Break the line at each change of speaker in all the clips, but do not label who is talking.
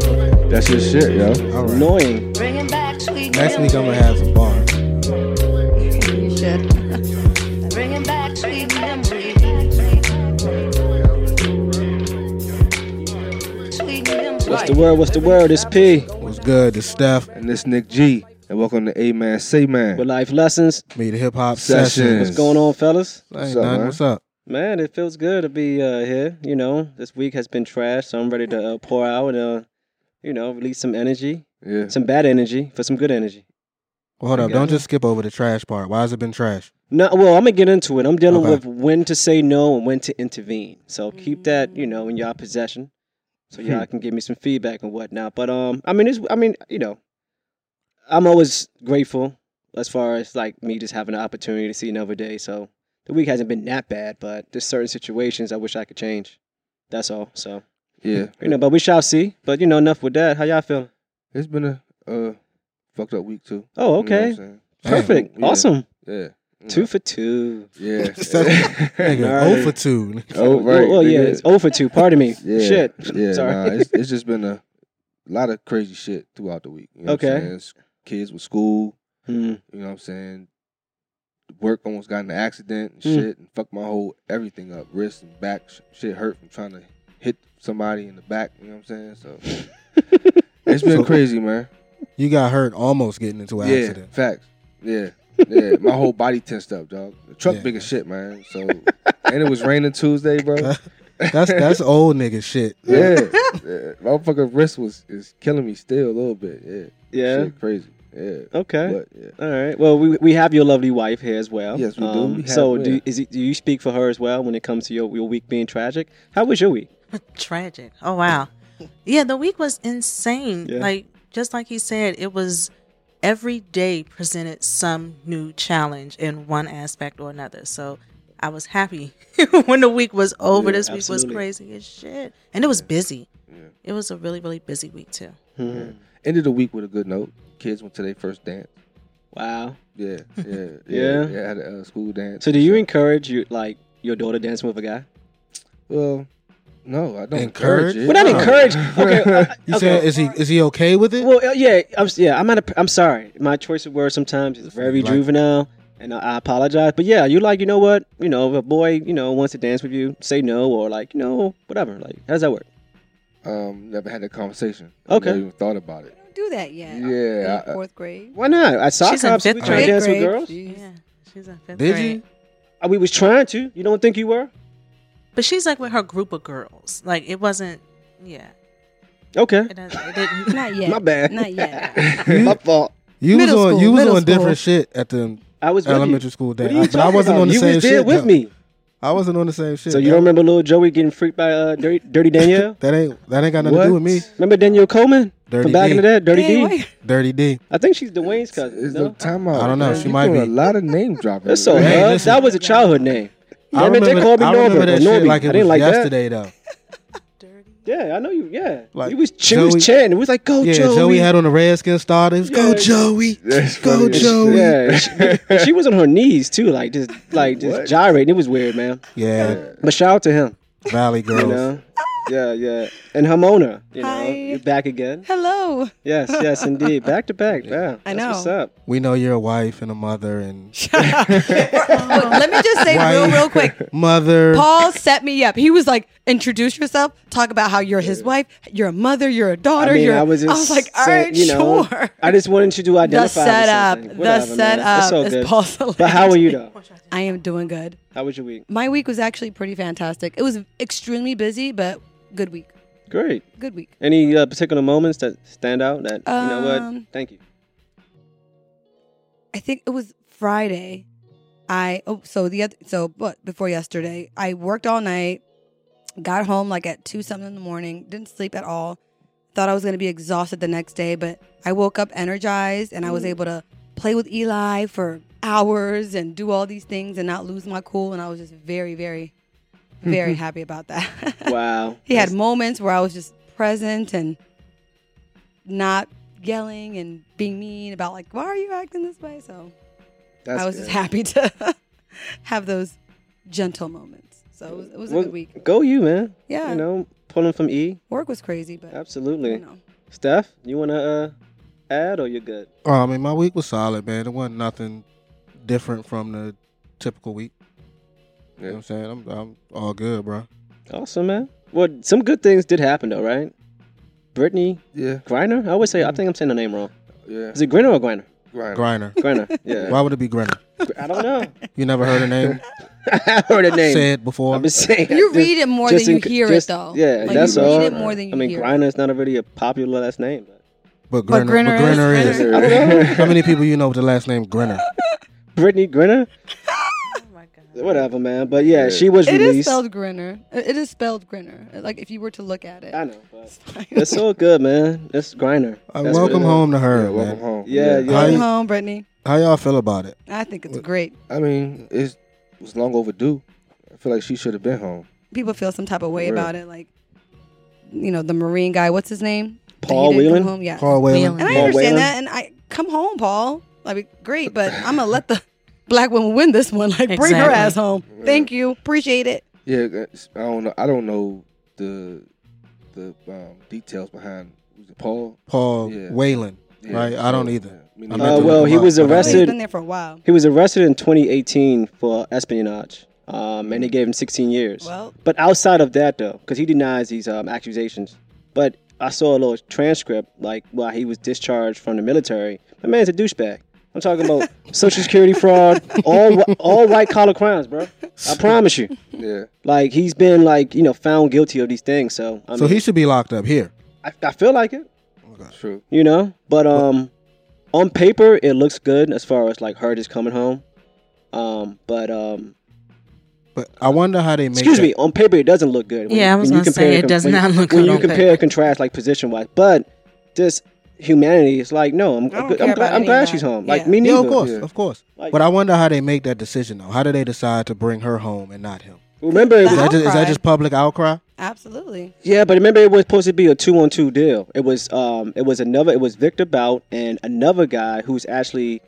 That's your shit, yo.
All right.
Annoying.
Bringing back sweet
Next week I'm gonna
memories.
have some bars.
Shit. Bringing back sweet memories. Sweet memories.
What's the word? What's the word? It's P.
What's good? This Steph.
And this Nick G. And welcome to A Man Say Man.
With life lessons.
Me the hip hop
Sessions.
session.
What's going on, fellas?
What's
What's
up,
up, man?
What's up?
Man, it feels good to be uh, here. You know, this week has been trash, so I'm ready to uh, pour out and, uh, you know, release some energy,
Yeah.
some bad energy for some good energy.
Well, hold up.
got
Don't
it.
just skip over the trash part. Why has it been trash?
No, well, I'm gonna get into it. I'm dealing
Okay.
with when to say no and when to intervene. So keep that, you know, in y'all possession, so
Hmm.
y'all can give me some feedback and whatnot. But um, I mean, it's, I mean, you know, I'm always grateful as far as like me just having the opportunity to see another day. So the week hasn't been that bad, but there's certain situations I wish I could change. That's all. So
Yeah.
you know, but we shall see. But you know, enough with that. How y'all feeling?
It's been a uh, fucked up week, too.
Oh,
You know what
okay,
I'm saying?
perfect,
Yeah.
awesome.
Yeah.
Two for two.
Yeah.
Steph, nigga,
Gnarly.
0 for 2.
Oh, right.
Oh, oh, yeah,
nigga.
it's over two. Pardon me.
Yeah,
Shit.
Yeah,
Sorry.
nah, it's, it's just been a lot of crazy shit throughout the week. You know What I'm
Okay.
saying? It's kids with school,
Hmm.
you know what I'm saying? Work almost got in an accident and
Hmm.
Mm.
shit and fucked my whole everything up. Wrist and back sh- shit hurt from trying to hit somebody in the back, you know what I'm saying? So it's been
So-
crazy, man.
You got hurt almost getting into an
yeah,
accident.
facts. Yeah. Yeah, my whole body tensed up, dog. The truck
Yeah.
big as shit, man. So, and it was raining Tuesday, bro.
That's that's old nigga shit.
Yeah, yeah. my fucking wrist was is killing me still a little bit. Yeah,
Yeah.
Shit crazy. Yeah,
Okay.
but yeah,
All right. Well, we we have your lovely wife here as well. Um,
Yes, we do. We have
so
her.
do is it, do you speak for her as well when it comes to your your week being tragic? How was your week?
Tragic. Oh wow. Yeah, the week was insane.
Yeah.
Like just like he said, it was every day presented some new challenge in one aspect or another. So I was happy when the week was over.
Yeah,
this week
absolutely.
was crazy as shit. And it was busy.
yeah.
It was a really, really busy week too.
Hmm.
Ended the week with a good note. Kids went to their first dance.
Wow.
Yeah, yeah, yeah.
Yeah.
yeah had a uh, school dance.
So do you
So-
encourage you like your daughter dancing with a guy?
Well, no, I don't encourage.
Encourage?
it.
Well, not
No.
encourage. Okay. uh,
You
okay.
said is he is he okay with it?
Well, uh, yeah, I'm, s- yeah, I'm at a, I'm sorry. My choice of words sometimes is very
Like-
juvenile, and I, I apologize. But yeah, you like, you know what? You know, if a boy, you know, wants to dance with you, say no, or like, you know, whatever. Like, how does that work?
Um, never had that conversation.
Okay.
never even thought about it.
Don't do that yet.
Yeah,
In
I- uh,
fourth grade.
Why not? At sock
She's in
hops,
fifth
we try to
grade.
dance with
Fifth grade.
girls.
Jeez.
Yeah. She's in fifth
Did
grade.
you?
Uh, We was trying to. You don't think you were?
But she's like with her group of girls. Like it wasn't yeah.
Okay.
It, does- it didn't
Not yet.
My bad.
Not yet.
My fault.
You was
Middle
on
school,
you was
middle
on different
school.
shit at the
I was with
elementary
you.
school day.
What are you
I, uh, but I
talking
wasn't
about?
on the
you
same
was
shit.
there with
though.
me.
I wasn't on the same shit.
So you
though.
don't remember little Joey getting freaked by uh, Dirty, Dirty Danielle?
that ain't that ain't got nothing to do with me.
Remember Danielle Coleman
Dirty
from back
D.
in the day? Dirty
Dang,
D.
wait.
Dirty D.
I think she's Dwayne's cousin.
It's
No?
no time out.
I don't know,
man.
she
You
might
doing
be.
a lot of name dropping.
That's so
Hey,
hard.
listen.
That was a childhood name.
I
Damn it, they
remember,
called me
I remember
Norbert
that
or
shit
Norby.
like it
I didn't
was
like that.
yesterday though.
dirty.
Yeah, I know you. Yeah,
Like,
like, was she
Joey-
was chanting. It was like, "Go
yeah,
Joey!"
Joey. had on the Redskins star. It was, Go
Yeah.
Joey.
That's
Go
funny as
Joey.
shit.
yeah, she, she was on her knees too, like just like just
What?
gyrating. It was weird, man.
Yeah,
But shout out to him,
Valley Girls.
you know. Yeah, yeah, and Hamona, you know,
Hi.
you're back again.
Hello.
Yes, yes, indeed, back to back. Yeah,
I
That's
know.
what's up.
We know you're a wife and a mother and
Look, let me just say real,
Wife.
real quick.
mother.
Paul set me up. He was like, "Introduce yourself. Talk about how you're his wife. You're a mother. You're a daughter.
I mean,
you're."
I was just,
like, "All
saying,
right,
you know,
sure."
I just wanted you to
The
identify. with
setup.
something.
The
Whatever, man. That's
setup
so
is
good.
Paul
But how are you though?
I am doing good.
How was your week?
My week was actually pretty fantastic. It was extremely busy, but good week.
Great.
Good week.
Any uh, particular moments that stand out? That you know what?
Um,
Thank you.
I think it was Friday. I oh so the other so but before yesterday I worked all night, got home like at two something in the morning, didn't sleep at all. Thought I was gonna be exhausted the next day, but I woke up energized and I was able to play with Eli for hours and do all these things and not lose my cool. And I was just very very very happy about that.
Wow.
he had
That's-
moments where I was just present and not yelling and being mean about like why are you acting this way so
that's
I was
good.
just happy to have those gentle moments. So it was, it was a
Well,
good week.
Go you, man.
Yeah,
You know, pulling from E.
work was crazy, but
Absolutely.
you know,
Steph, you want to uh, add or you're good?
Oh, I mean, my week was solid, man. It wasn't nothing different from the typical week. You know what I'm saying? I'm, I'm all good, bro.
Awesome, man. Well, some good things did happen, though, right? Brittany
Yeah,
Griner? I always say, I think I'm saying the name wrong.
yeah.
Is it Griner or Griner?
Grind.
Griner.
Griner, yeah.
Why would it be Griner?
I don't know.
You never heard her name
I heard the name.
said before.
I'm just saying.
You
Just-
read it more
just
than
in
you
ca-
hear
just-
it, though.
yeah,
like,
that's
you read
all.
it more than you
I mean,
hear.
Griner is not really a popular last name. But
but Griner,
But
but Griner,
Griner
is.
is
I don't know.
How many people you know with the last name Grinner?
Brittany Griner?
Oh my god.
Whatever, man. But yeah,
Yeah.
she was
It
released.
is spelled Grinner. It is spelled Grinner. Like if you were to look at it.
I know. But
It's fine.
it's so good, man. It's Griner.
Uh,
That's what it
welcome
is.
home to her,
Yeah, welcome
man.
home.
Yeah, yeah.
Welcome
I-
home, Brittany.
How y'all feel about it?
I think it's great.
I mean, it's it was long overdue. I feel like she should have been home.
People feel some type of way
Right.
about it. Like, you know, the Marine guy. What's his name? That he
Paul
didn't come
Whelan?
Home. Yeah.
Paul Whalen.
And I
Paul Whelan?
understand that. And I come home, Paul. Like, great, but I'm gonna let the black woman win this one. Like, bring her
Exactly.
ass home. Thank you. Appreciate it.
Yeah, that's- I don't know. I don't know the the um, details behind was it Paul.
Paul
Yeah.
Whalen.
Yeah,
Right, I don't either.
yeah, me
I
neither.
meant to
Uh, well,
look him
he
up,
was
but I didn't.
arrested
He's been there for a while.
He was arrested in 2018 for espionage, um, and they gave him 16 years.
Well,
But outside of that, though, because he denies these um, accusations, but I saw a little transcript like while he was discharged from the military. My man's a douchebag. I'm talking about social security fraud, all whi- all white collar crimes, bro. I promise you.
Yeah,
Like he's been like you know found guilty of these things. So I mean,
So he should be locked up here. Oh
I, I feel like it,
true.
you know. But um, on paper it looks good as far as like her just coming home. Um, but um,
But I wonder how they make
Excuse
that-
me. On paper, it doesn't look good.
Yeah, I was
when
gonna say,
compare-
it does
when-
not look
When
good
you
on
compare
paper.
and contrast, like position wise, but this humanity is like, no, I'm,
don't
I'm,
care
I'm,
about
glad,
any
I'm
of
glad
that.
she's home. Like
Yeah.
me neither.
Yeah, of course,
Yeah.
of course.
Like-
but I wonder how they make that decision though. How do they decide to bring her home and not him?
Remember, it
The
Is
was,
that, just, is that
outcry.
just public outcry?
absolutely.
yeah, but remember, it was supposed to be a two-on-two deal. It was, um, it was another. It was Victor Bout and another guy who's actually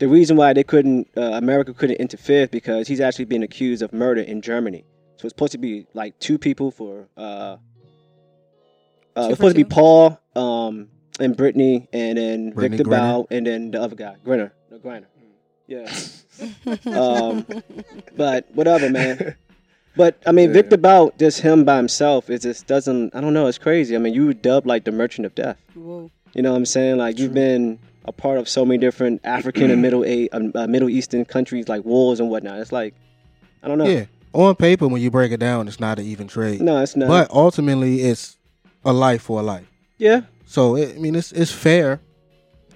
the reason why they couldn't, uh, America couldn't interfere because he's actually been accused of murder in Germany. So it's supposed to be like two people for. Uh, uh,
Two
it's
for
supposed to be
two?
Paul um, and Brittany, and then
Brittany
Victor
Griner?
Bow, and then the other guy, Grinner. No, Griner. Yeah.
Mm.
um, but whatever, man. But I mean,
Yeah.
Victor Bow, just him by himself, it just doesn't. I don't know. It's crazy. I mean, you were dubbed like the Merchant of Death.
Whoa.
You know what I'm saying? Like you've been a part of so many different African and Middle a- um, uh, Middle Eastern countries, like wars and whatnot. It's like, I don't know.
Yeah. On paper, when you break it down, it's not an even trade.
No, it's not.
But ultimately, it's a life for a life.
yeah.
So it, I mean, it's it's fair,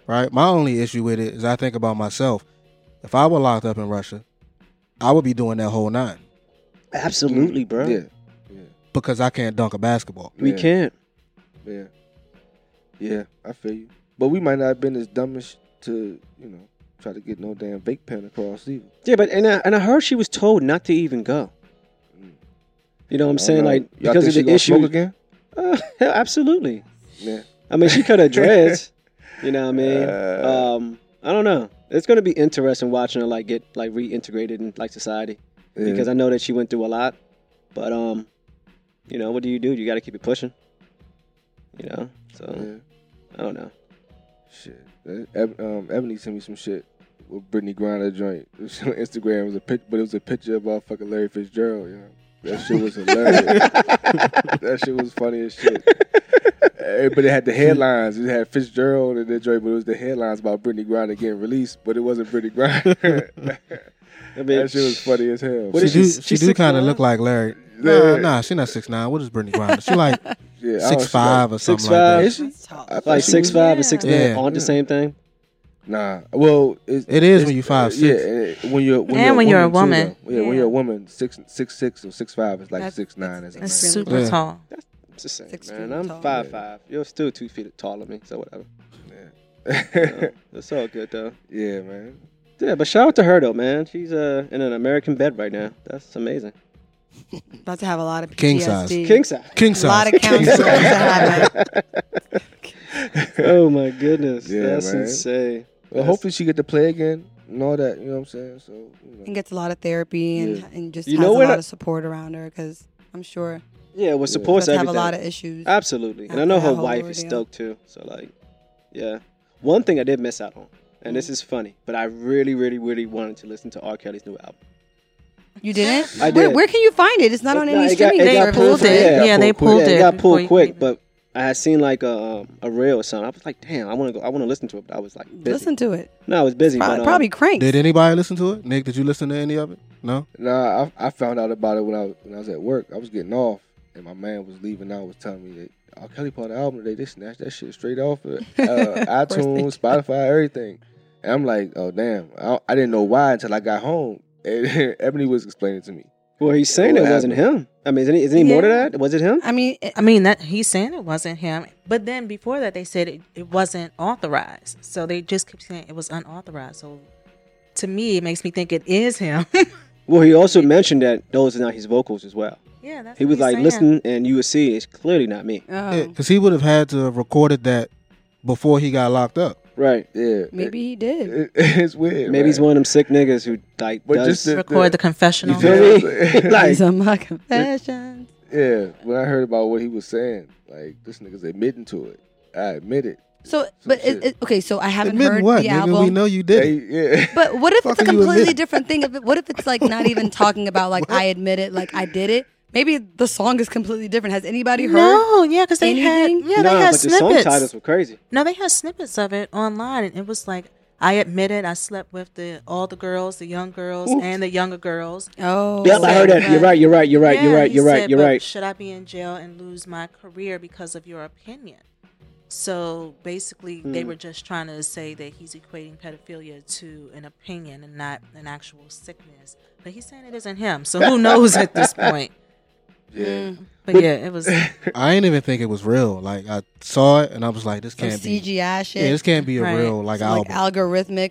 right? My only issue with it is I think about myself. If I were locked up in Russia, I would be doing that whole nine
Absolutely, bro.
Yeah,
because I can't dunk a basketball.
We
Yeah.
can't.
yeah, yeah. I feel you. But we might not have been as dumb as to you know try to get no damn vape pen across either.
Yeah, but and I, and I heard she was told not to even go. You know what I'm saying? Like
Y'all
because
think
of
she
the
gonna smoke
issue.
again.
Uh, hell, absolutely.
Yeah,
I mean, she cut her dreads. you know what I mean?
Uh.
um, I don't know. It's gonna be interesting watching her like get like reintegrated in like society
yeah.
because I know that she went through a lot. But um, you know, what do you do? You got to keep it pushing. You know, so
yeah.
I don't know.
Shit. Uh, Eb- Um, Ebony sent me some shit with Brittany Grinder joint. It was on Instagram it was a pic, but it was a picture of motherfucking Larry Fitzgerald. You know, that shit was hilarious. that shit was funny as shit. Eh, But it had the headlines. It had Fitzgerald and that joint, but it was the headlines about Brittany Grinder getting released, but it wasn't Brittany Grinder.
I mean,
that shit was funny as hell.
What
she
is
do,
she,
she
she's
do kind of
6'9"?
look like Larry.
Yeah.
Nah, nah, she not six nine. What is Brittany Grinder? She like
Yeah, I don't-
six
she
five or something like that.
Is she? I thought
Like
she
six
was-
five and six nine
Yeah.
aren't the
Yeah.
same thing.
Nah. Well, it's,
It is
it's-
when you five
yeah,
six.
eh, when you're when
And
you're
when
a
you're a
woman. too,
woman.
though. yeah, when
Yeah.
you're a woman, six six six or six five is like
That's-
six nine as a man.
It's
Really?
super
Yeah.
tall.
It's the same,
Six
man.
feet
I'm
tall.
five five. You're still two feet taller than me, so whatever.
yeah,
So, it's all good though.
man.
Yeah, but shout out to her though, man. She's uh, in an American bed right now. That's amazing.
About to have a lot of PTSD.
King
King size.
size.
King
A lot
size.
of counselors. that I-
oh my goodness,
Yeah,
that's
man.
insane.
Well,
That's-
hopefully she get to play again and all that. You know what I'm saying? So you know,
and gets a lot of therapy and,
Yeah.
and just
You
has
know
a
what
lot
I-
of support around her because I'm sure
Yeah, what
Yeah.
supports
have a
everything.
lot of issues.
Absolutely. And I
After
know
that
her
whole
wife is
ordeal.
stoked too. So like, yeah. One thing I did miss out on, and this is funny, but I really, really, really wanted to listen to R. Kelly's new album.
you didn't?
I
Where,
did.
where can you find it? It's not on
It-
any
it got-
streaming
it got
They
service.
pulled
from-
it. Yeah, they pulled
yeah,
it
got
before
pulled
you
quick,
came
but I had seen like a um, a reel or something. I was like, damn, I want to go. I want to listen to it. But I was like, busy.
Listen to it.
No, I was busy.
Probably,
but, um,
probably crank.
Did anybody listen to it? Nick, did you listen to any of it? No.
Nah, I, I found out about it when I was, when I was at work. I was getting off, and my man was leaving out, was telling me that R. Kelly put out an album today. They snatched that shit straight off of uh,
Of course they
iTunes, Spotify, everything. And I'm like, oh damn! I, I didn't know why until I got home. And Ebony was explaining to me.
Well, he's saying
What
it wasn't him. I mean, is any, is any more to
Yeah.
that? Was it him?
I mean, it,
I mean that he's saying it wasn't him, but then before that they said it, it wasn't authorized. So they just kept saying it was unauthorized. So to me, it makes me think it is him.
Well, he also mentioned that those are not his vocals as well.
yeah, that's
He
what
was
he's
like,
saying.
listen, and you would see it's clearly not me.
oh,
Because he would have had to have recorded that before he got locked up.
Right.
Yeah,
maybe he
it,
did.
it- it's weird.
Maybe he's one of them sick niggas who like
But
does.
just the-
record the
You
confessional.
feel me?
Like-
These are my confessions.
Yeah, when I heard about what he was saying, like this nigga's admitting to it. I admit it.
So, but
shit.
it, it, okay, so I haven't
Admit
heard
what,
the
nigga?
album.
We know you did.
They,
it.
yeah.
But what if
Fuck
it's a
are you admitting?
completely different thing? If it, what if it's like not even talking about like I admit it, like I did it? Maybe the song is completely different. Has anybody heard?
No, yeah, because they had
Anything?
yeah they
nah,
had
but the song
snippets.
titles were crazy.
No, they had snippets of it online, and it was like I admitted I slept with the all the girls, the young girls, and the younger girls.
Oh,
Yep, I heard that. You're right. You're right. You're right. you're
Yeah,
right.
he
You're right.
said,
You're
"But
right.
Should I be in jail and lose my career because of your opinion? So basically, they
Hmm.
were just trying to say that he's equating pedophilia to an opinion and not an actual sickness. But he's saying it isn't him, so who knows at this point?
yeah.
Mm,
But yeah, it was.
I didn't even think it was real. Like I saw it and I was like, this
Some
can't be.
CGI shit.
Yeah, this can't be a
Right.
real like
Some,
album.
like algorithmic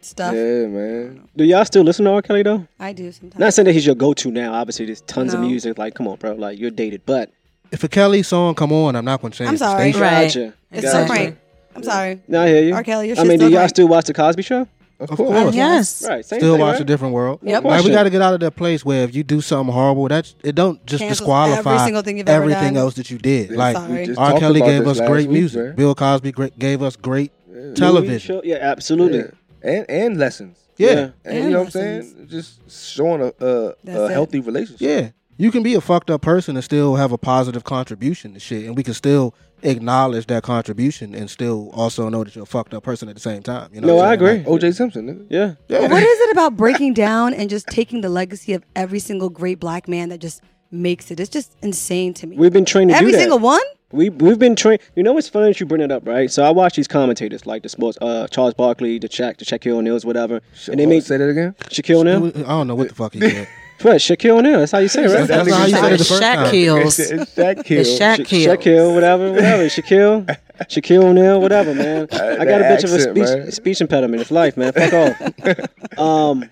stuff.
Yeah, man.
Do y'all still listen to R. Kelly though?
I do sometimes.
Not saying that he's your go-to now. Obviously, there's tons of
No.
music. Like, come on, bro. Like, you're dated, but
if a Kelly song come on, I'm not gonna change.
I'm
the
sorry.
station.
Right.
gotcha.
It's
so
gotcha.
Frank. I'm sorry.
No, I hear you.
R. Kelly, your
I mean,
shit's
do
still
y'all
Frank.
still watch the Cosby Show?
Of,
Of
course.
course.
yes.
Right. Same
Still
thing,
watch
right?
a different world. Like
Yep.
we
Question.
got to get out of that place where if you do something horrible, that it don't just
Cancels
disqualify
every single thing you've ever
everything
done.
else that you did.
Yeah,
Like
Sorry.
we just
R.
talked
Kelly
about
gave
this
us
last
great
week,
music.
man.
Bill Cosby great, gave us great
Yeah.
Movie
television.
show? Yeah, absolutely.
Yeah. And and lessons.
Yeah.
Yeah.
And,
And
you know
lessons.
what I'm saying? Just showing a a, a
That's it.
healthy relationship.
Yeah. You can be a fucked up person and still have a positive contribution to shit, and we can still acknowledge that contribution and still also know that you're a fucked up person at the same time. You know
No,
what I'm
I
saying?
agree.
Like,
OJ Simpson, nigga.
Oh, Yeah.
yeah.
What is it about breaking down and just taking the legacy of every single great black man that just makes it? It's just insane to me.
We've been trained to
every
do that.
single one.
We we've been trained. You know what's funny that you bring it up, right? So I watch these commentators like the sports, uh, Charles Barkley, the Shaq, the Shaquille O'Neal's, whatever, and they
Oh,
make
say that again.
Shaquille O'Neal.
I don't know what the fuck he said.
Right, Shaquille O'Neal. That's how you say it, right?
That's- that's how you said it the first
Shaq
time.
kills.
It's, it's Shaq Hill.
It's Shaq
Sha-
kills.
Shaquille, whatever, whatever. Shaquille, Shaquille O'Neal, whatever, man. I got a
that
bitch of a
accent,
speech
man.
speech impediment. It's life, man. Fuck off. um,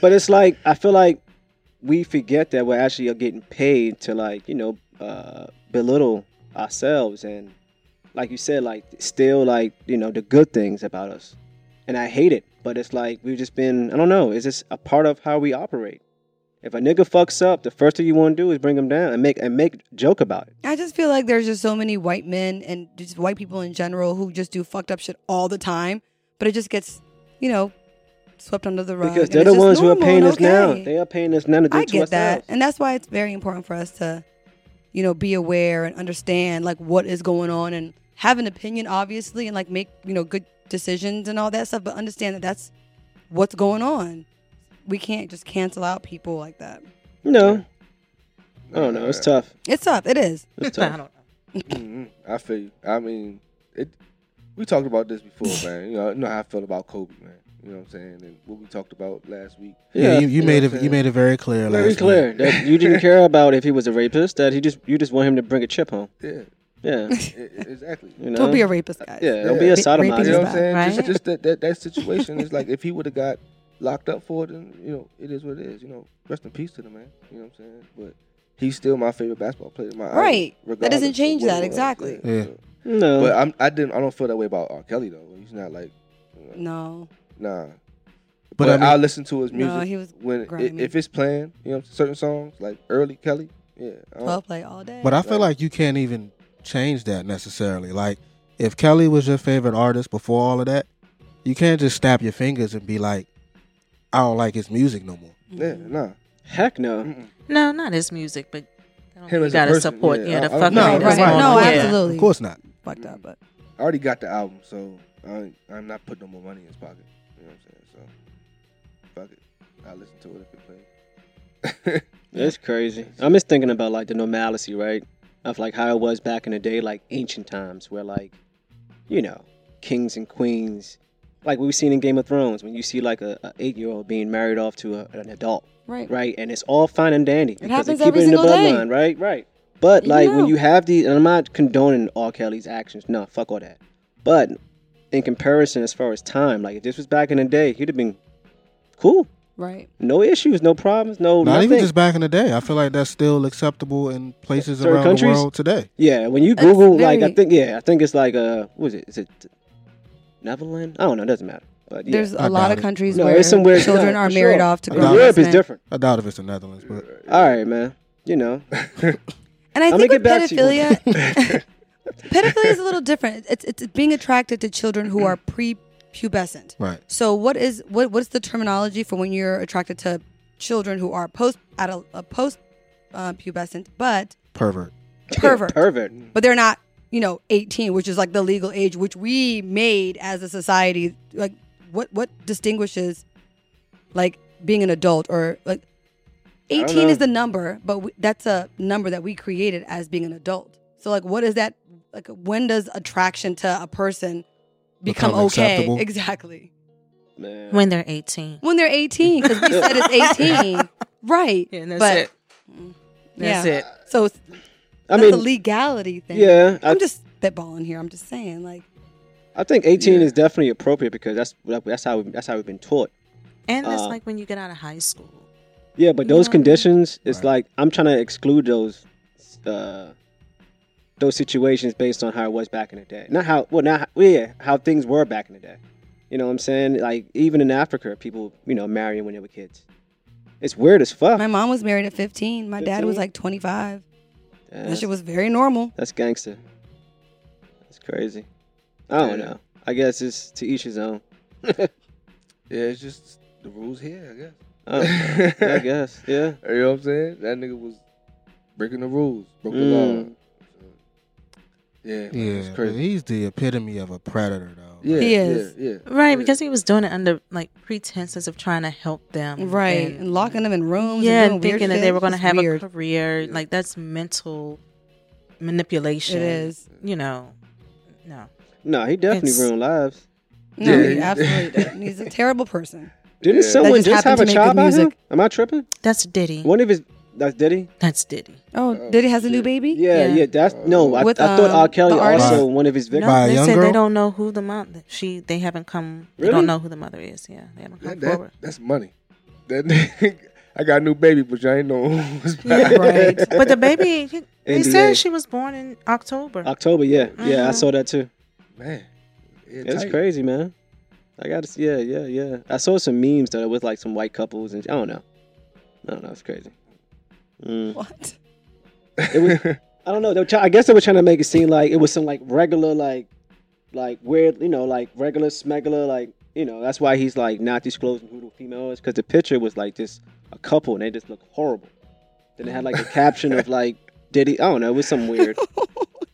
but it's like I feel like we forget that we're actually getting paid to like you know uh, belittle ourselves and like you said like still like you know the good things about us and I hate it but it's like we've just been I don't know is this a part of how we operate if a nigga fucks up the first thing you want to do is bring him down and make and make joke about it
I just feel like there's just so many white men and just white people in general who just do fucked up shit all the time, but it just gets, you know, swept under the rug.
because
and
they're
it's
the
just
ones who are
normal
paying
and
us now
okay.
they are paying us now to do
I
to
get that,
ourselves.
and that's why it's very important for us to, you know, be aware and understand like what is going on and have an opinion, obviously, and like make you know good decisions and all that stuff. But understand that that's what's going on. We can't just cancel out people like that.
you know I don't know it's tough
It's tough. It is.
it's
I don't
tough
know.
Mhm. I feel you. I mean, it. We talked about this before, man. You know, you know how I felt about Kobe, man. You know what I'm saying, and what we talked about last week.
Yeah, you, you
know
made
what I'm
it. You
saying?
made it very clear. last
very
week.
clear that you didn't care about if he was a rapist that he just you just want him to bring a chip home
Yeah,
yeah
e- e- exactly.
you know
Don't be a rapist, guys.
Uh, yeah, don't be
Yeah.
a
Be-
raping
You
is
know
sodomizer.
what I'm saying?
Right?
Just, just that, that that situation is like if he would have got locked up for it, then you know it is what it is. You know, rest in peace to the man. You know what I'm saying? But he's still my favorite basketball player. My idol,
Right. That doesn't
regardless of
change
what it
that,
was.
exactly.
Yeah.
So-
No,
But I'm, I didn't. I don't feel that way about R. Kelly though. He's not like, you know,
No,
nah.
But,
But,
I mean,
I will listen to his music
no, he was
when i
grimy.
if it's playing. You know, certain songs like early Kelly.
Oh.
Yeah. I don't-
Twelve play all day.
But I feel
Right.
like you can't even change that necessarily. Like, if Kelly was your favorite artist before all of that, you can't just snap your fingers and be like, I don't like his music no more.
Yeah.
Mm-hmm.
Nah.
Heck no.
No, not his music, but I don't-
Him
you
as a
gotta
person,
support.
yeah,
Yeah,
I-
the
I-
fucking
No,
thing that's
right,
going
no,
on. Yeah.
absolutely.
Of course not.
fucked up, but
I already got the album, so I, I'm not putting no more money in his pocket. You know what I'm saying? So, fuck it. I listen to it if it plays.
That's crazy. I'm just thinking about like the normalcy, right? Of like how it was back in the day, like ancient times, where like, you know, kings and queens, like we've seen in Game of Thrones, when you see like a, a eight year old being married off to a, an adult,
right.
right? And it's all fine and dandy
happens every single day.
bloodline, right? Right. But
You
like
know.
when you have these, and I'm not condoning all Kelly's actions. No, fuck all that. But in comparison, as far as time, like if this was back in the day, he'd have been cool.
right.
No issues, no problems, no
not
nothing.
even just back in the day. I feel like that's still acceptable in places
Certain
around
countries?
the world today.
Yeah, when you
It's
Google, like I
very-
think, yeah, I think it's like uh, what is it? Is it Neverland? I don't know. It doesn't matter. But yeah.
There's
I
a lot
doubt
of
it.
countries
No,
where
it's some weird-
children
no,
are
for
married
sure.
off to
I
grown
doubt it.
Europe is
men.
different.
I doubt if it's the Netherlands, but
All right, man. You know,
And I
I'ma
think with
get back to you.
pedophilia, pedophilia is a little different. It's it's being attracted to children who are prepubescent.
right.
So what is what what's the terminology for when you're attracted to children who are post at a, post uh, pubescent but
Pervert.
pervert,
pervert.
but they're not you know 18, which is like the legal age which we made as a society. Like what what distinguishes like being an adult or like
I don't
18 is
know.
the number, but we, that's a number that we created as being an adult. So like what is that like when does attraction to a person become,
Become
okay?
acceptable.
Exactly
Man.
When they're 18.
when they're 18 because we said it's 18 right
Yeah, and that's
but
it. That's
yeah.
it.
so it's,
I
that's a
mean,
legality thing
yeah, I,
i'm just spitballing here i'm just saying like
I think 18
Yeah.
is definitely appropriate because that's that's how we, that's how we've been taught.
And it's
Uh,
like when you get out of high school.
Yeah, but those
Yeah.
conditions, it's
Right.
like I'm trying to exclude those uh, those situations based on how it was back in the day. Not how well, not how- well, yeah, how things were back in the day. You know what I'm saying? Like even in Africa, people you know marrying when they were kids. It's weird as fuck.
my mom was married at 15 my dad was
15?
like 25
Yeah,
that shit was very normal
that's gangster. That's crazy. I don't
Yeah.
know. I guess it's to each his own.
Yeah, it's just the rules here, I guess.
I, don't know. I guess. Yeah.
You know what I'm saying? That nigga was breaking the rules, broke the law.
Mm.
Yeah,
Yeah.
it's crazy.
He's the epitome of a predator, though.
Yeah,
He is.
yeah, yeah.
Right,
yeah.
because he was doing it under like pretenses of trying to help them.
right and locking them in rooms
Yeah,
and,
and
doing weird
thinking that
shit.
they were going to
It's
have
weird.
a career. Like, that's mental manipulation.
it is
You know, no.
No, he definitely
It's-
ruined lives.
no
Yeah.
he absolutely did. And he's a terrible person
Didn't
Yeah.
someone
That just
just have
happened
a
to make
child
good
by him?
music.
Am I tripping?
That's Diddy.
One of his. That's Diddy.
That's Diddy.
oh,
Oh,
did he has a new
shit.
baby
Yeah, yeah,
Yeah.
that's no. I,
With,
I thought R.
um,
Kelly
the artist?
also one of his
No,
victims.
By a
they
young
said
girl?
they don't know who the mom. She they haven't come. They
Really?
don't know who the mother is. Yeah, they haven't come
That, that-
forward.
that's money. That nigga, I got a new baby, but y'all ain't know who was
Yeah, right
But the baby, he- they
NBA.
said she was born in October.
October, yeah, yeah, I
Uh-huh.
Mhm.
saw that too.
Man, yeah,
It's
tight.
crazy, man. I got to see. Yeah, yeah, yeah. I saw some memes that are with like some white couples, and I don't know. I don't know. It's crazy. Mm.
what
It was, I don't know. They were try- I guess they were trying to make it seem like it was some like regular, like, like weird, you know, like regular smuggler, like you know. That's why he's like not disclosing who the female is because the picture was like just a couple, and they just looked horrible. Then they had like a caption of like Diddy. I don't know. It was something weird.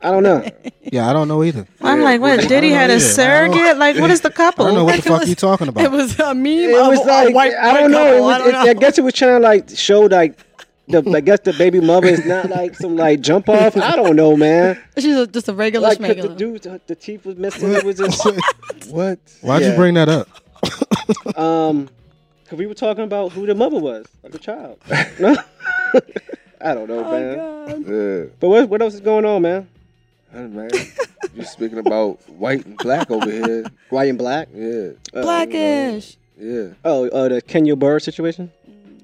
I don't know.
Yeah, I don't know either.
I'm
Yeah,
like,
I
what?
don't
Diddy had
know
a
either. I don't-
surrogate? Like, what is the
I
couple?
don't know what the
Like, it
fuck
was-
you talking about.
it was a meme
It
of
was
a
like
white,
I
white
don't know.
couple.
It was,
I don't
it- I guess it was trying to like show like the I guess the baby mother is not like some like jump off. I don't know, man.
She's a, just a regular
Like 'cause
schmegular.
the dude, the, the teeth was missing. It was just
What?
Why'd
Yeah.
you bring that up?
um, 'cause we were talking about who the mother was, like the child. No, I don't
Oh,
know, man.
Yeah,
But what what else is going on, man?
honey, man. You're speaking about white and black over here.
White and black.
Yeah,
Uh,
Blackish.
yeah,
Oh, uh, the Kenya Bird situation.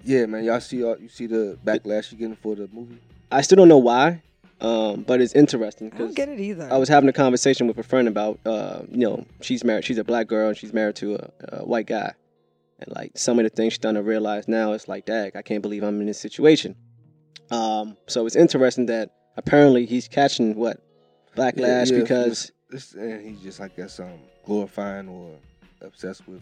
yeah, man. Y'all see, all, you see the backlash you getting for the movie?
I still don't know why, um, but it's interesting
I don't
because
get it either.
I was having a conversation with a friend about, uh, you know, she's married. She's a black girl and she's married to a, a white guy, and like some of the things she's done to realize now, it's like, dang, I can't believe I'm in this situation. Um, so it's interesting that apparently he's catching what backlash
Yeah, yeah,
because
This and he's just I guess um glorifying or obsessed with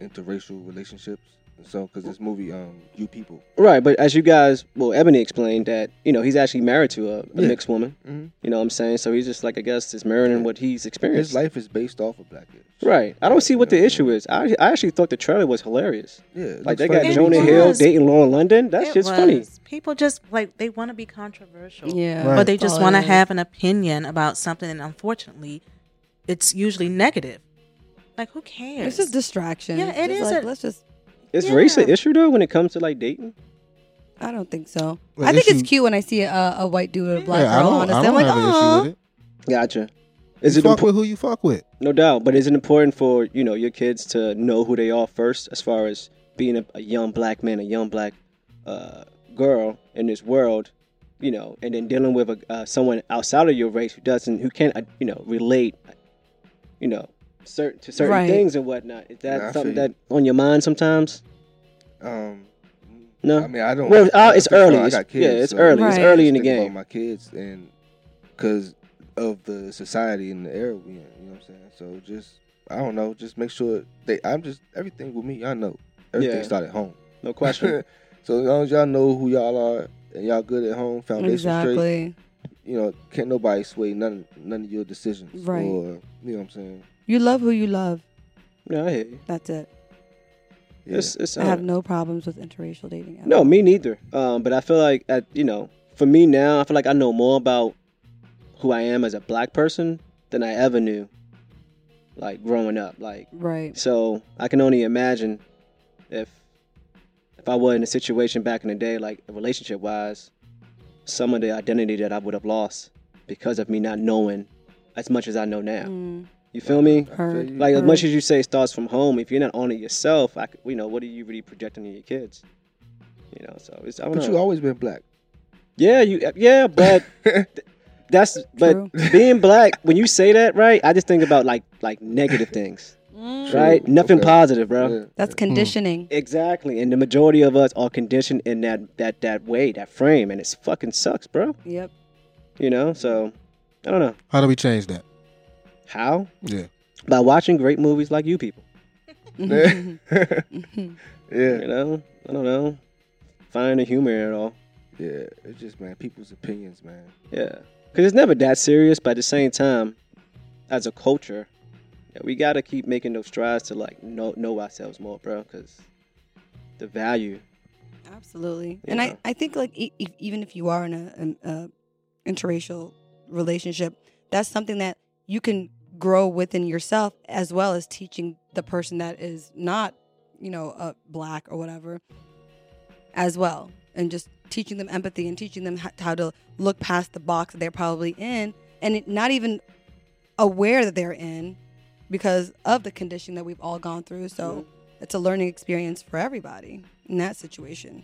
interracial relationships. And so because this movie um you people
right. But as you guys, well, Ebony explained that you know he's actually married to a, a
Yeah.
mixed woman.
Mhm.
You know what I'm saying? So he's just like I guess just mirroring what he's experienced.
his life is based off of black kids.
Right. I don't see what the issue is. I, I actually thought the trailer was hilarious.
Yeah, it
Like
looks
they
funny
got
to me,
Jonah
too.
Hill
was.
dating Lauren London. That's
It
just funny.
was. People just like they want to be controversial.
Yeah.
Right.
Or they just
All
want to
it is.
have an opinion about something and unfortunately it's usually negative. Like who cares?
It's just distraction.
Yeah, it
It's
is
Like,
a-
let's just.
Is race an
Yeah.
issue though when it comes to like dating?
I don't think so.
Like,
I think
issue-
it's cute when I see a, a white dude with a black
Yeah, I
girl.
don't,
honestly,
I
I'm
don't
like,
have an
oh,
issue with it.
Gotcha. Is
you
it
fuck
impo-
with who you fuck with.
no doubt? But is it important for you know your kids to know who they are first, as far as being a, a young black man, a young black uh, girl in this world, you know, and then dealing with a, uh, someone outside of your race who doesn't, who can't, uh, you know, relate, you know, certain to certain
Right.
things and whatnot. Is that
Nah, I
something
feel you.
that on your mind sometimes?
Um,
No?
I mean I don't.
Well, uh,
I
it's
think, well,
early.
I
It's-
got kids,
yeah, it's
so
early.
Right.
It's early in the
think about
game.
my kids and because of the society and the era we in. You know what I'm saying? So just I don't know. Just make sure they. I'm just everything with me. Y'all know everything
Yeah.
start at home.
No question.
so as long as y'all know who y'all are and y'all good at home, foundation straight.
exactly.
You know, can't nobody sway none none of your decisions.
Right.
Or you know what I'm saying?
You love who you love.
no, I hear you.
That's it.
Yeah.
It's, it's,
I have
uh,
no problems with interracial dating. at
no,
all.
me neither. Um, but I feel like at, you know, for me now, I feel like I know more about who I am as a black person than I ever knew, like growing up. Like
Right.
so, I can only imagine if if I were in a situation back in the day, like relationship wise, some of the identity that I would have lost because of me not knowing as much as I know now.
Mm.
You feel me?
I feel
Heard.
you.
Like as
Mhm.
much as you say it starts from home, if you're not owning yourself, I, c- you know, what are you really projecting to your kids? You know, so it's I don't
but you
know.
always been black.
yeah, you uh, yeah, but th- that's but
True.
being black. When you say that, right? I just think about like like negative things,
True.
right? Nothing
Okay.
positive, bro.
Yeah.
That's conditioning.
Exactly, and the majority of us are conditioned in that that that way, that frame, and it's fucking sucks, bro.
Yep.
You know, so I don't know
How do we change that?
how
Yeah.
by watching great movies like you people.
Mhm.
yeah.
You know, I don't know, find the humor in it all.
Yeah, it's just man, people's opinions, man.
Yeah, because it's never that serious. But at the same time, as a culture, yeah, we gotta keep making those strides to like know know ourselves more, bro. Because the value,
Absolutely. And
Yeah.
I, I think like e- e- even if you are in a, an a interracial relationship, that's something that you can grow within yourself as well as teaching the person that is not, you know, uh, black or whatever, as well, and just teaching them empathy and teaching them ho- how to look past the box that they're probably in and it, not even aware that they're in because of the condition that we've all gone through. So it's a learning experience for everybody in that situation.